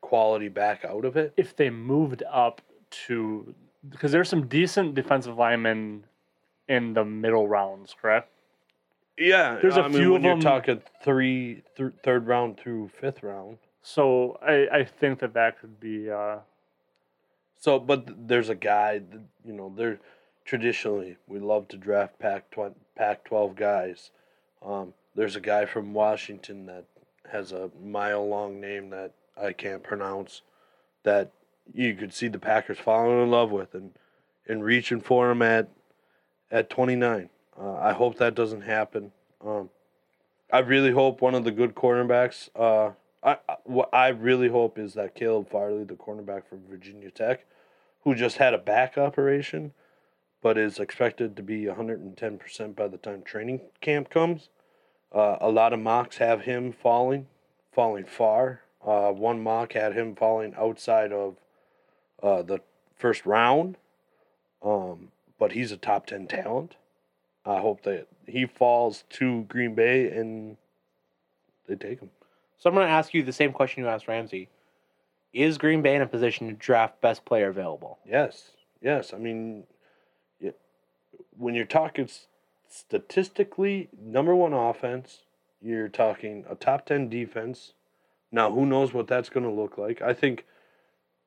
Speaker 3: quality back out of it.
Speaker 2: if they moved up to because there's some decent defensive linemen in the middle rounds, correct?
Speaker 3: Yeah,
Speaker 2: There's
Speaker 3: a
Speaker 2: a few
Speaker 3: when
Speaker 2: of
Speaker 3: you're
Speaker 2: them-
Speaker 3: talking three, th- third round through fifth round.
Speaker 2: So I, I think that that could be uh,
Speaker 3: So, but th- there's a guy, that, you know, there traditionally we love to draft Pac twen- Pac 12 guys. Um, there's a guy from Washington that has a mile long name that I can't pronounce that you could see the Packers falling in love with and, and reaching for him at at 29. Uh, I hope that doesn't happen. Um, I really hope one of the good cornerbacks. Uh, I I- what I really hope is that Caleb Farley, the cornerback from Virginia Tech, who just had a back operation, but is expected to be 110 percent by the time training camp comes. Uh, a lot of mocks have him falling, falling far. Uh, one mock had him falling outside of uh, the first round, um, but he's a top 10 talent. I hope that he falls to Green Bay and they take him.
Speaker 1: So I'm going to ask you the same question you asked Ramsey. Is Green Bay in a position to draft best player available?
Speaker 3: Yes, yes. I mean, y- when you're talking s- statistically, number one offense, you're talking a top 10 defense. Now, who knows what that's going to look like? I think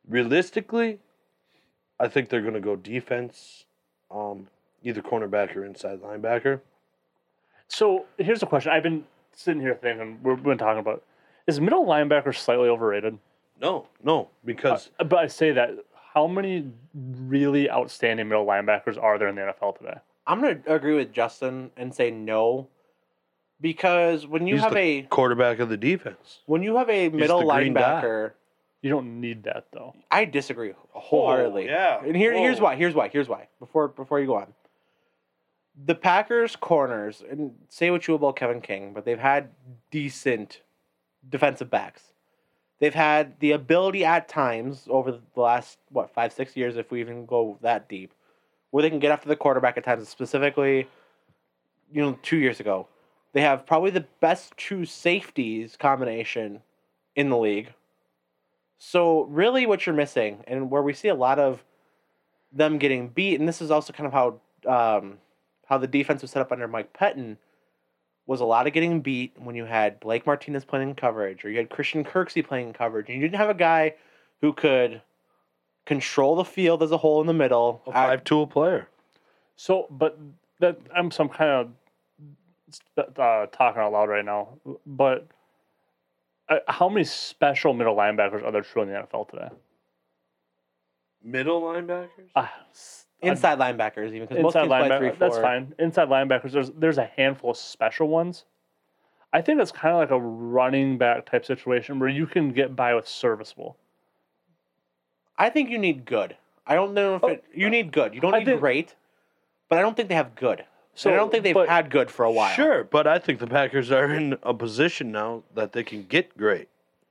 Speaker 3: realistically, I think they're going to go defense, um, either cornerback or inside linebacker.
Speaker 2: So here's a question. I've been sitting here thinking. We've been talking about is middle linebacker slightly overrated? Uh,
Speaker 3: No, no, because
Speaker 2: But I say that how many really outstanding middle linebackers are there in the NFL today?
Speaker 1: I'm going to agree with Justin and say no because when you
Speaker 3: he's
Speaker 1: have
Speaker 3: the
Speaker 1: a
Speaker 3: quarterback of the defense.
Speaker 1: when you have a middle
Speaker 3: the green dot.
Speaker 1: linebacker,
Speaker 2: You don't need that though.
Speaker 1: I disagree wholeheartedly.
Speaker 3: Oh, yeah.
Speaker 1: And here, here's
Speaker 3: Whoa.
Speaker 1: why. Here's why. Here's why. Before before you go on, the Packers corners and say what you will about Kevin King, but they've had decent defensive backs. They've had the ability at times over the last what five six years, if we even go that deep, where they can get after the quarterback at times. Specifically, you know, two years ago, they have probably the best two safeties combination in the league. So really, what you're missing, and where we see a lot of them getting beat, and this is also kind of how um, how the defense was set up under Mike Pettin, was a lot of getting beat when you had Blake Martinez playing in coverage, or you had Christian Kirksey playing in coverage, and you didn't have a guy who could control the field as a whole in the middle.
Speaker 3: A
Speaker 1: at-
Speaker 3: five tool player.
Speaker 2: So, but that I'm some kind of uh, talking out loud right now. But uh, how many special middle linebackers are there true in the NFL today?
Speaker 3: Middle linebackers?
Speaker 2: Uh, s- uh,
Speaker 1: inside linebackers, even because most
Speaker 2: inside
Speaker 1: teams play three
Speaker 2: linebacker.
Speaker 1: four.
Speaker 2: That's fine. Inside linebackers. There's there's a handful of special ones. I think that's kind of like a running back type situation where you can get by with serviceable.
Speaker 1: I think you need good. I don't know if
Speaker 2: Oh,
Speaker 1: it, you need good. You don't
Speaker 2: I
Speaker 1: need
Speaker 2: think-
Speaker 1: great, but I don't think they have good. So
Speaker 2: So,
Speaker 1: I don't think they've
Speaker 2: but-
Speaker 1: had good for a while.
Speaker 3: Sure, but I think the Packers are in a position now that they can get great.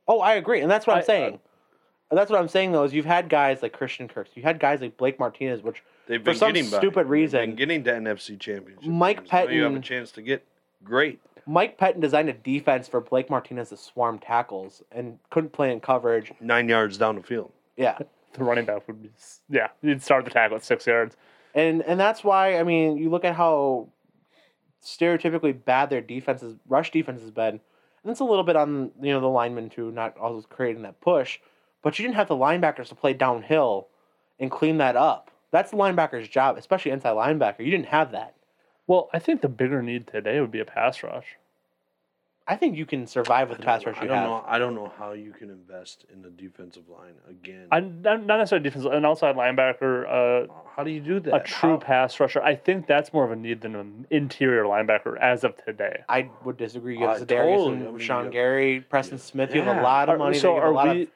Speaker 1: Oh, I agree, and that's what I,
Speaker 2: I-
Speaker 1: am saying. And that's what I'm saying though is you've had guys like Christian Kirks, you had guys like Blake Martinez, which
Speaker 3: They've
Speaker 1: For
Speaker 3: been
Speaker 1: some
Speaker 3: getting by.
Speaker 1: stupid
Speaker 3: They've
Speaker 1: reason,
Speaker 3: been getting to NFC Championship.
Speaker 1: Mike
Speaker 3: games. Now you have a
Speaker 1: Patton-
Speaker 3: chance to get great.
Speaker 1: Mike Pettin designed a defense for Blake Martinez to swarm tackles and couldn't play in coverage.
Speaker 3: Nine yards down the field.
Speaker 1: Yeah,
Speaker 2: The running back would be s- yeah. You'd start the tackle at six yards.
Speaker 1: and and that's why I mean you look at how stereotypically bad their defense is, rush defense has been, and it's a little bit on you know the linemen too, not always creating that push, but you didn't have the linebackers to play downhill and clean that up. That's the linebacker's job, especially inside linebacker. You didn't have that.
Speaker 2: Well, I think the bigger need today would be a pass rush.
Speaker 1: I think you can survive with the pass rush
Speaker 3: I
Speaker 1: you
Speaker 3: don't
Speaker 1: have.
Speaker 3: know. I don't know how you can invest in the defensive line again.
Speaker 2: I not not necessarily defense, an outside linebacker, uh,
Speaker 3: how do you do that?
Speaker 2: a true
Speaker 3: How-
Speaker 2: pass rusher. I think that's more of a need than an interior linebacker as of today.
Speaker 1: I would disagree. You
Speaker 3: I
Speaker 1: have Zadarius
Speaker 3: totally-
Speaker 1: and
Speaker 3: I mean,
Speaker 1: Sean
Speaker 3: you-
Speaker 1: Gary, Preston Smith. You have a
Speaker 3: Yeah.
Speaker 1: lot of
Speaker 2: Are-
Speaker 1: money. there.
Speaker 2: so
Speaker 1: You have a
Speaker 2: are
Speaker 1: lot
Speaker 2: we?
Speaker 1: of,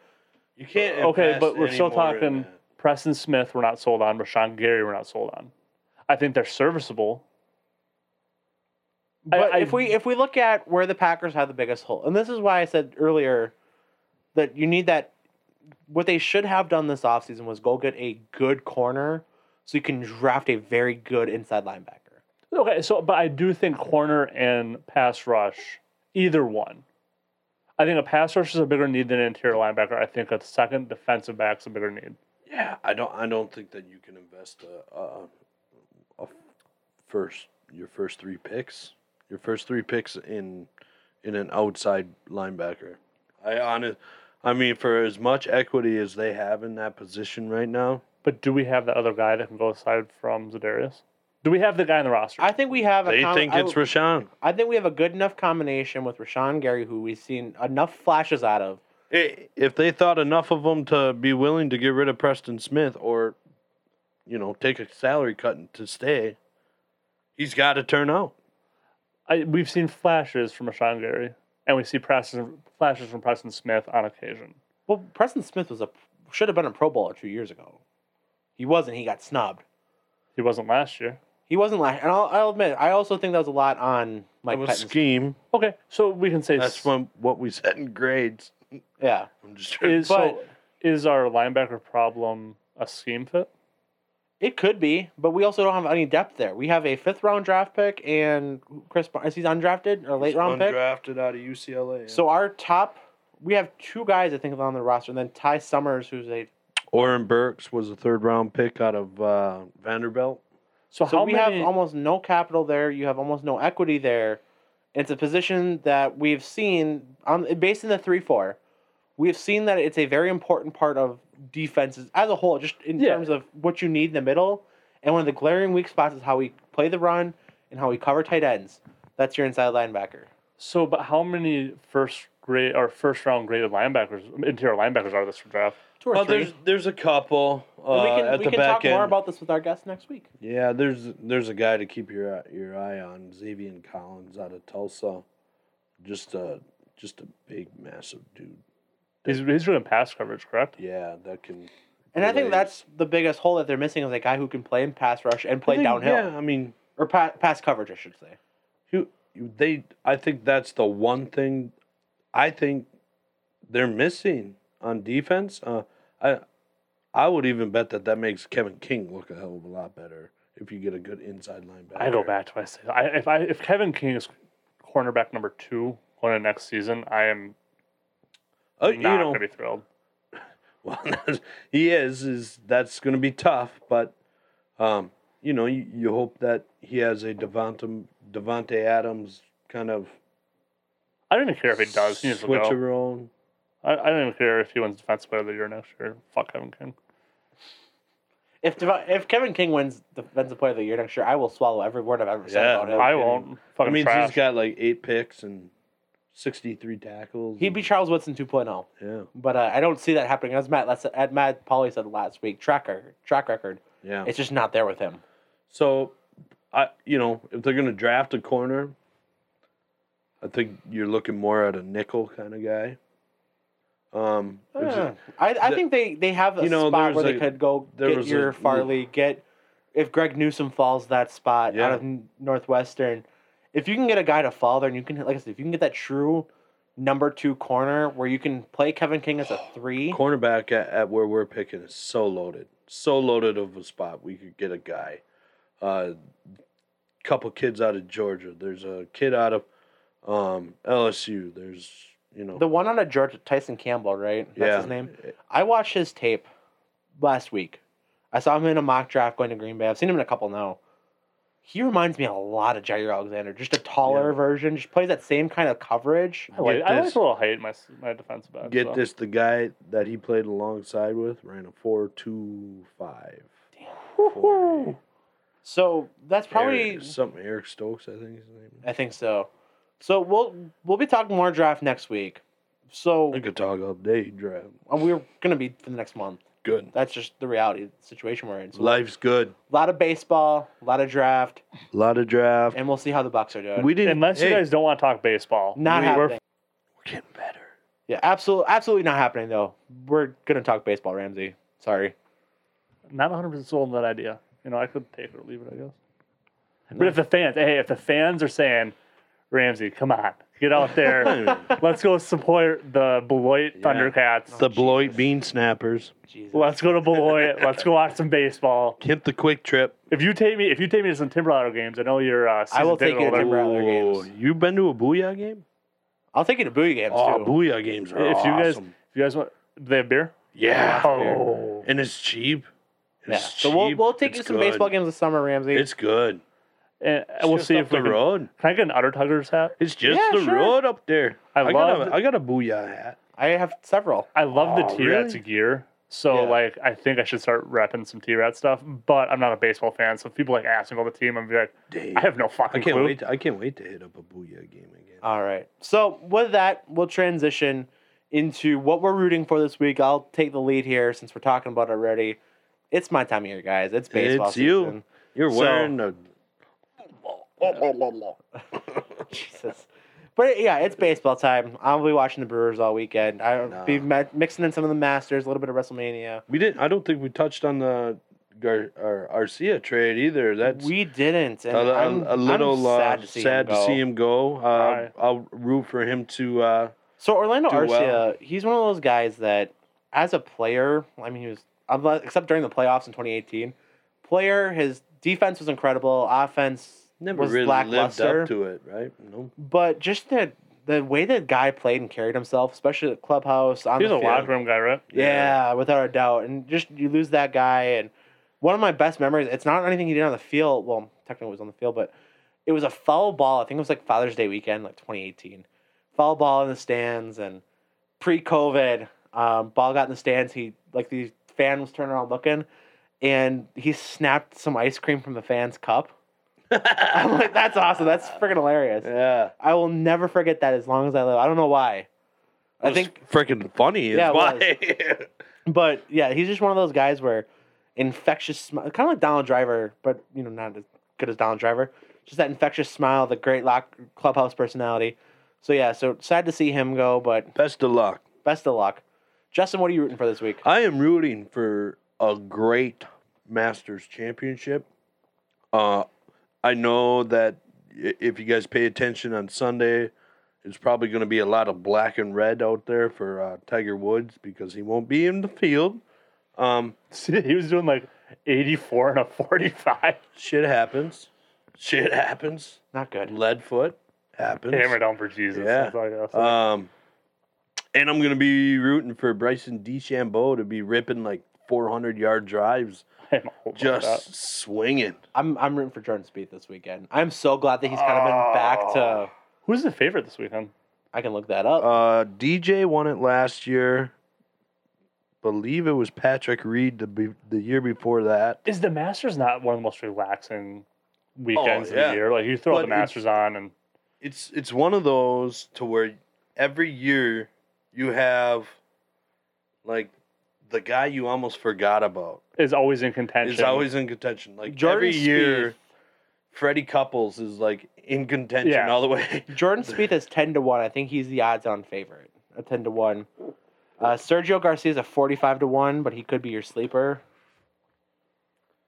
Speaker 3: you can't.
Speaker 2: okay,
Speaker 3: invest
Speaker 2: but we're still
Speaker 3: anymore in
Speaker 2: talking
Speaker 3: that.
Speaker 2: Preston Smith. We're not sold on Rashawn Gary. We're not sold on. I think they're serviceable. I-
Speaker 1: But
Speaker 2: I-
Speaker 1: if we if we look at where the Packers have the biggest hole, and this is why I said earlier that you need that what they should have done this offseason was go get a good corner so you can draft a very good inside linebacker.
Speaker 2: Okay, so but I do think corner and pass rush, either one. I think a pass rush is a bigger need than an interior linebacker. I think a second defensive back's a bigger need.
Speaker 3: Yeah, I don't. I don't think that you can invest a, a, a first your first three picks, your first three picks in in an outside linebacker. I honest, I mean, for as much equity as they have in that position right now,
Speaker 2: But do we have that other guy that can go aside from Zadarius? Do we have the guy on the roster?
Speaker 1: I think we have. A
Speaker 3: they
Speaker 1: com-
Speaker 3: think
Speaker 1: I-
Speaker 3: it's Rashawn.
Speaker 1: I think we have a good enough combination with Rashawn Gary, who we've seen enough flashes out of.
Speaker 3: I- If they thought enough of them to be willing to get rid of Preston Smith or, you know, take a salary cut and to stay, he's got to turn out.
Speaker 2: I, we've seen flashes from Rashawn Gary, and we see Preston, flashes from Preston Smith on occasion.
Speaker 1: Well, Preston Smith was a should have been a Pro Bowler two years ago. He wasn't. He got snubbed.
Speaker 2: He wasn't last year.
Speaker 1: He wasn't last. And I'll, I'll admit, I also think that was a lot on Mike
Speaker 3: Of a
Speaker 1: Pettin's-
Speaker 3: scheme.
Speaker 2: Okay, so we can say
Speaker 3: That's
Speaker 2: s-
Speaker 3: when, what we said in grades.
Speaker 1: Yeah,
Speaker 3: I'm just trying
Speaker 2: is so
Speaker 1: but-
Speaker 2: is our linebacker problem a scheme fit?
Speaker 1: it could be, but we also don't have any depth there. We have a fifth round draft pick and Chris Bar- is he's undrafted or late round pick.
Speaker 3: Undrafted out of UCLA.
Speaker 1: So our top, we have two guys I think on the roster, and then Ty Summers, who's a
Speaker 3: Oren Burks was a third round pick out of uh, Vanderbilt.
Speaker 2: So,
Speaker 1: So
Speaker 2: how
Speaker 1: we
Speaker 2: many,
Speaker 1: have almost no capital there. You have almost no equity there. It's a position that we've seen on based in the three four. We've seen that it's a very important part of defenses as a whole, just in
Speaker 2: Yeah.
Speaker 1: terms of what you need in the middle. And one of the glaring weak spots is how we play the run and how we cover tight ends. That's your inside linebacker.
Speaker 2: So, but how many first grade or first round graded linebackers, interior linebackers, are this draft?
Speaker 1: Two or
Speaker 3: Oh,
Speaker 1: three.
Speaker 3: there's there's a couple uh,
Speaker 1: And we can,
Speaker 3: at
Speaker 1: we
Speaker 3: the
Speaker 1: can
Speaker 3: back
Speaker 1: talk
Speaker 3: end.
Speaker 1: more about this with our guests next week.
Speaker 3: yeah, there's there's a guy to keep your eye- your eye on, Xavier Collins out of Tulsa. Just a just a big massive dude.
Speaker 2: He's he's doing pass coverage, correct?
Speaker 3: Yeah, that can.
Speaker 1: And I think
Speaker 3: really-
Speaker 1: that's the biggest hole that they're missing is a guy who can play in pass rush and play
Speaker 3: I think-
Speaker 1: downhill
Speaker 3: Yeah, I mean,
Speaker 1: or pa- pass coverage, I should say.
Speaker 3: who they? I think that's the one thing I think they're missing on defense. Uh, I I would even bet that that makes Kevin King look a hell of a lot better if you get a good inside linebacker.
Speaker 2: I go back to what I say. I, if I if Kevin King is cornerback number two going into next season, I am
Speaker 3: Oh,
Speaker 2: not
Speaker 3: you know,
Speaker 2: going to be thrilled.
Speaker 3: <laughs> well, that's- he is. Is that's going to be tough, but um, you know, you, you hope that he has a Devonta Devonte Adams kind of
Speaker 2: I don't even care if he does. He needs to
Speaker 3: switch
Speaker 2: go.
Speaker 3: around.
Speaker 2: I, I don't even care if he wins Defensive Player of the Year next year. Fuck Kevin King.
Speaker 1: If Devo- if Kevin King wins Defensive Player of the Year next year, I will swallow every word I've ever said
Speaker 3: Yeah,
Speaker 1: about him.
Speaker 3: No
Speaker 2: I
Speaker 3: kidding.
Speaker 2: won't.
Speaker 3: I
Speaker 2: Fucking
Speaker 3: mean,
Speaker 2: trash.
Speaker 3: he's got like eight picks and sixty-three tackles.
Speaker 1: He'd be Charles Woodson 2.0,
Speaker 3: and-
Speaker 1: but uh, I don't see that happening. As Matt that's, as Matt Polly said last week, track record, track record,
Speaker 3: yeah, yeah.
Speaker 1: it's just not there with him.
Speaker 3: So, I you know if they're gonna draft a corner, I think you're looking more at a nickel kind of guy. Um, there's a-
Speaker 1: Ah, I, I
Speaker 3: the-
Speaker 1: think they, they have a
Speaker 3: You know,
Speaker 1: spot
Speaker 3: there's
Speaker 1: where they
Speaker 3: a-
Speaker 1: could go
Speaker 3: there
Speaker 1: get
Speaker 3: was a-
Speaker 1: your Farley, get if Greg Newsom falls that spot out
Speaker 3: Yeah.
Speaker 1: of N- Northwestern. If you can get a guy to fall there, and you can like I said, if you can get that true number two corner where you can play Kevin King as a three.
Speaker 3: cornerback at, at where we're picking is so loaded, so loaded of a spot. We could get a guy, a uh, couple kids out of Georgia. There's a kid out of um, LSU. There's you know
Speaker 1: The one out of Georgia, Tyson Campbell, right? That's
Speaker 3: yeah. Eh,
Speaker 1: his name. I watched his tape last week. I saw him in a mock draft going to Green Bay. I've seen him in a couple now. He reminds me a lot of Jair Alexander, just a taller
Speaker 3: Yeah.
Speaker 1: version, just plays that same kind of coverage.
Speaker 2: I like,
Speaker 3: Get
Speaker 2: I like
Speaker 3: this.
Speaker 2: a little height in my my defensive back.
Speaker 3: Get
Speaker 2: so.
Speaker 3: this: the guy that he played alongside with ran a four-two-five.
Speaker 2: Woo-hoo.
Speaker 1: So that's probably
Speaker 3: Eric, something Eric Stokes, I think his name. Is.
Speaker 1: I think so. So we'll we'll be talking more draft next week. So
Speaker 3: I could talk all day, draft.
Speaker 1: uh, we're gonna be for the next month.
Speaker 3: Good.
Speaker 1: That's just the reality of the situation we're in. So a
Speaker 3: Life's good.
Speaker 1: lot of baseball, a lot of draft,
Speaker 3: A lot of draft.
Speaker 1: and uh, we'll see how the Bucks are doing.
Speaker 3: we didn't.
Speaker 2: Unless you
Speaker 3: hey,
Speaker 2: guys don't want to talk baseball,
Speaker 1: not
Speaker 2: we-
Speaker 1: happening.
Speaker 2: we're
Speaker 3: we're getting better.
Speaker 1: Yeah, absolutely, absolutely not happening though. We're gonna talk baseball, Ramsey. Sorry.
Speaker 2: not 100 percent sold on that idea. You know, I could take it or leave it, I guess. But if the fans, hey, if the fans are saying, Ramsey, come on, get out
Speaker 3: <laughs>
Speaker 2: there, let's go support the Beloit Thundercats.
Speaker 3: the Beloit Bean Snappers.
Speaker 1: Jesus.
Speaker 2: Let's go to Beloit. let's go watch some baseball.
Speaker 3: Kent the Quick Trip.
Speaker 2: If you take me, if you take me to some Timberlatter games, I know you're. Uh,
Speaker 1: I will
Speaker 2: season ticket
Speaker 1: take you to
Speaker 2: holder.
Speaker 1: Timber- Timberlatter games.
Speaker 3: you been to a Booyah game?
Speaker 1: I'll take you to Boogie games
Speaker 3: Oh,
Speaker 1: too.
Speaker 3: Booyah games are
Speaker 2: If you guys,
Speaker 3: awesome.
Speaker 2: if you guys want, do they have beer.
Speaker 3: yeah.
Speaker 2: Oh,
Speaker 3: And it's cheap.
Speaker 1: yeah.
Speaker 3: It's
Speaker 1: So we'll,
Speaker 3: cheap.
Speaker 1: we'll take you to
Speaker 3: It's
Speaker 1: some
Speaker 3: good.
Speaker 1: baseball games this summer, Ramsey.
Speaker 3: It's good.
Speaker 2: and we'll
Speaker 3: Just
Speaker 2: see
Speaker 3: up
Speaker 2: if we
Speaker 3: the
Speaker 2: can.
Speaker 3: road.
Speaker 2: Can I get an Utter Tuggers hat?
Speaker 3: It's just
Speaker 1: Yeah,
Speaker 3: the
Speaker 1: sure.
Speaker 3: road up there.
Speaker 2: I
Speaker 3: got a,
Speaker 2: loved-
Speaker 3: I got a Booyah hat.
Speaker 1: I have several.
Speaker 2: I love
Speaker 3: Aw,
Speaker 2: the T Rats
Speaker 3: really?
Speaker 2: gear. So
Speaker 1: Yeah.
Speaker 2: like I think I should start repping some T Rat stuff, but I'm not a baseball fan, so if people like ask me about the team, I'm be like,
Speaker 3: Dave,
Speaker 2: I have no
Speaker 3: I
Speaker 2: fucking
Speaker 3: can't
Speaker 2: clue.
Speaker 3: wait. To, I can't wait to hit up a Booyah game again.
Speaker 1: All right. So with that, we'll transition into what we're rooting for this week. I'll take the lead here since we're talking about it already. It's my time of year, guys. It's baseball
Speaker 3: It's you.
Speaker 1: season. <laughs>
Speaker 3: You're
Speaker 1: So-
Speaker 3: wearing a
Speaker 1: Jesus. But yeah, it's baseball time. I'll be watching the Brewers all weekend. I'll be mi- mixing in some of the Masters, a little bit of WrestleMania.
Speaker 3: We didn't. I don't think we touched on the Gar, or Arcia trade either. That's
Speaker 1: we didn't.
Speaker 3: a,
Speaker 1: And
Speaker 3: a-
Speaker 1: I'm,
Speaker 3: a little
Speaker 1: I'm sad
Speaker 3: sad, uh,
Speaker 1: to see,
Speaker 3: sad
Speaker 1: him
Speaker 3: to
Speaker 1: go.
Speaker 3: see him go. Uh,
Speaker 2: Right.
Speaker 3: I'll root for him to. Uh,
Speaker 1: So Orlando
Speaker 3: do
Speaker 1: Arcia,
Speaker 3: well.
Speaker 1: he's one of those guys that, as a player, I mean, he was unless, except during the playoffs in 2018. Player, his defense was incredible. Offense
Speaker 3: never
Speaker 1: was
Speaker 3: really lived
Speaker 1: lackluster.
Speaker 3: up to it, right? No.
Speaker 1: but just the the way the guy played and carried himself, especially at clubhouse on
Speaker 2: He's
Speaker 1: the
Speaker 2: a
Speaker 1: field,
Speaker 2: locker room guy,
Speaker 3: <laughs>
Speaker 2: right?
Speaker 1: yeah, without a doubt. And just you lose that guy. And one of my best memories, it's not anything he did on the field. Well, technically it was on the field, but it was a foul ball. I think it was like Father's Day weekend, like 2018. Foul ball in the stands and pre-COVID, um, ball got in the stands. He like the fan was turning around looking, and he snapped some ice cream from the fan's cup. I'm like, that's awesome. That's freaking hilarious.
Speaker 3: Yeah.
Speaker 1: I will never forget that as long as I live. I don't know why. I
Speaker 3: It was
Speaker 1: think
Speaker 3: freaking funny. is
Speaker 1: Yeah, it
Speaker 3: why.
Speaker 1: but yeah, he's just one of those guys where infectious smile, kind of like Donald Driver, but you know, not as good as Donald Driver. Just that infectious smile, the great lock clubhouse personality. So yeah, so sad to see him go, but
Speaker 3: <laughs> Best of luck.
Speaker 1: best of luck. Justin, what are you rooting for this week?
Speaker 3: I am rooting for a great Masters championship. Uh, I know that i- if you guys pay attention on Sunday, it's probably going to be a lot of black and red out there for uh, Tiger Woods because he won't be in the field. Um,
Speaker 2: he was doing like 84 and a
Speaker 3: <laughs>
Speaker 2: 45.
Speaker 3: shit happens. Shit happens.
Speaker 1: Not good.
Speaker 3: Leadfoot happens.
Speaker 2: Hammer down for Jesus.
Speaker 3: Yeah.
Speaker 2: That's all I gotta say. <laughs>
Speaker 3: Um, and I'm gonna be rooting for Bryson DeChambeau to be ripping like 400 yard drives,
Speaker 2: I'm all about that.
Speaker 3: just swinging.
Speaker 1: I'm I'm rooting for Jordan Speed this weekend. I'm so glad that he's kind of been back to.
Speaker 2: Who's the favorite this weekend?
Speaker 1: I can look that up.
Speaker 3: Ah. Uh, DJ won it last year. Believe it was Patrick Reed the be- the year before that.
Speaker 2: Is the Masters not one of the most relaxing weekends of
Speaker 3: Oh, yeah.
Speaker 2: the year? Like you throw
Speaker 3: But
Speaker 2: the
Speaker 3: it's-
Speaker 2: Masters on and
Speaker 3: It's it's one of those to where every year you have like the guy you almost forgot about
Speaker 2: is always in contention.
Speaker 3: is always in contention. Like
Speaker 1: Jordan
Speaker 3: every
Speaker 1: Spieth.
Speaker 3: year, Freddie Couples is like in contention
Speaker 2: Yeah.
Speaker 3: all the way. <laughs>
Speaker 1: Jordan Spieth is ten to one. I think he's the odds-on favorite. A ten to one. Uh, Sergio Garcia's a forty-five to one, but he could be your sleeper.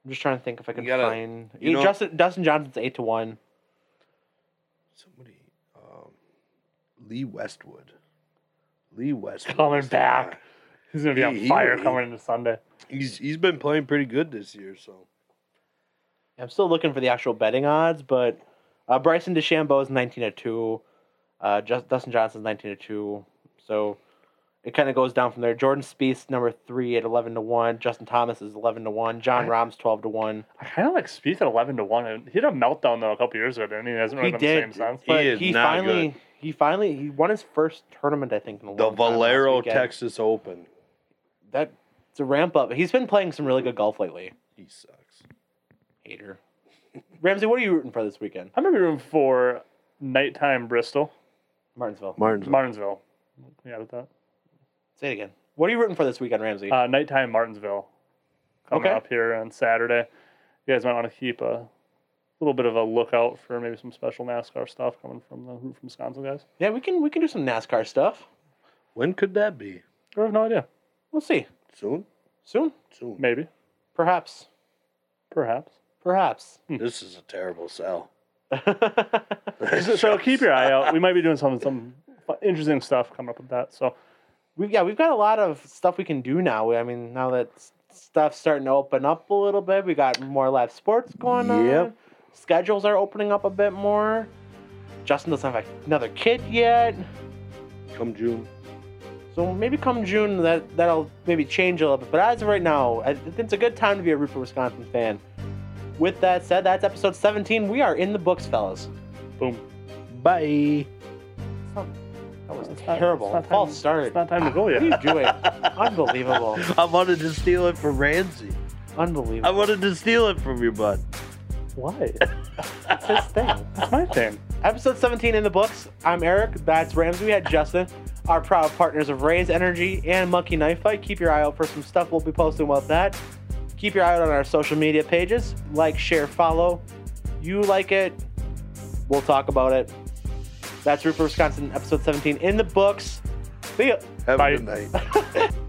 Speaker 1: I'm just trying to think if I can
Speaker 3: gotta-
Speaker 1: find.
Speaker 3: you know-
Speaker 1: Justin Dustin Johnson's eight to one.
Speaker 3: Somebody, um, Lee Westwood. Lee Westwood
Speaker 2: Coming
Speaker 3: is the guy.
Speaker 2: back. he's gonna be on
Speaker 3: He-
Speaker 2: fire
Speaker 3: he-
Speaker 2: coming into Sunday.
Speaker 3: He's he's been playing pretty good this year, so
Speaker 1: I'm still looking for the actual betting odds, but uh, Bryson DeChambeau is nineteen to two. Uh, just, Dustin Johnson's nineteen to two. So it kind of goes down from there. Jordan Spieth's number three at eleven to one. Justin Thomas is eleven to one. John Rahm's twelve to one.
Speaker 2: I kind of like Spieth at eleven to one. and He had a meltdown though a couple years ago, didn't he? It hasn't really
Speaker 1: he
Speaker 2: been
Speaker 1: did.
Speaker 2: the same since.
Speaker 1: But
Speaker 3: He
Speaker 1: he,
Speaker 3: is not
Speaker 1: finally he finally he won his first tournament, I think, in a long
Speaker 3: the
Speaker 1: time last
Speaker 3: Valero
Speaker 1: weekend.
Speaker 3: Texas Open.
Speaker 1: That it's a ramp up. He's been playing some really good golf lately.
Speaker 3: He sucks.
Speaker 1: Hater. Ramsey, what are you rooting for this weekend?
Speaker 2: I'm gonna be rooting for nighttime Bristol,
Speaker 1: Martinsville.
Speaker 3: Martin's
Speaker 2: Martinsville. We added that.
Speaker 1: Say it again. What are you rooting for this weekend, Ramsey?
Speaker 2: Uh, nighttime Martinsville coming
Speaker 1: Okay.
Speaker 2: up here on Saturday. You guys might want to keep a little bit of a lookout for maybe some special NASCAR stuff coming from the Root from Wisconsin guys.
Speaker 1: yeah, we can we can do some NASCAR stuff.
Speaker 3: when could that be?
Speaker 2: I have no idea.
Speaker 1: We'll see.
Speaker 3: Soon,
Speaker 1: Soon?
Speaker 3: soon.
Speaker 2: Maybe,
Speaker 1: Perhaps.
Speaker 2: perhaps.
Speaker 1: Perhaps. <laughs>
Speaker 3: This is a terrible sell.
Speaker 2: so keep your eye out. We might be doing something, some fu- interesting stuff coming up with that. So
Speaker 1: we've yeah, we've got a lot of stuff we can do now. I mean, now that s- stuff's starting to open up a little bit, we got more live sports going
Speaker 3: Yep.
Speaker 1: on. Schedules are opening up a bit more. Justin doesn't have another kid yet,
Speaker 3: Come June.
Speaker 1: so maybe come June that that'll maybe change a little bit. But as of right now, I think it's a good time to be a root for Wisconsin fan. With that said, that's episode 17. We are in the books, fellas.
Speaker 2: boom.
Speaker 3: Bye.
Speaker 1: It's not-
Speaker 2: That was
Speaker 1: terrible. False started.
Speaker 2: It's not time to go
Speaker 1: What are you
Speaker 2: yet. <laughs>
Speaker 1: doing? Unbelievable.
Speaker 3: I wanted to steal it from Ramsey. I
Speaker 1: Unbelievable.
Speaker 3: wanted to steal it from you, bud.
Speaker 2: Why?
Speaker 1: It's his thing.
Speaker 2: That's my thing.
Speaker 1: Episode 17 in the books. I'm Eric. That's Ramsey. We had Justin. Our proud partners of Raise Energy and Monkey Knife Fight. Keep your eye out for some stuff we'll be posting about that. Keep your eye out on our social media pages. Like, share, follow. You like it, we'll talk about it. That's Root for Wisconsin, episode 17 in the books. See ya.
Speaker 3: Have
Speaker 2: Bye.
Speaker 3: a good night.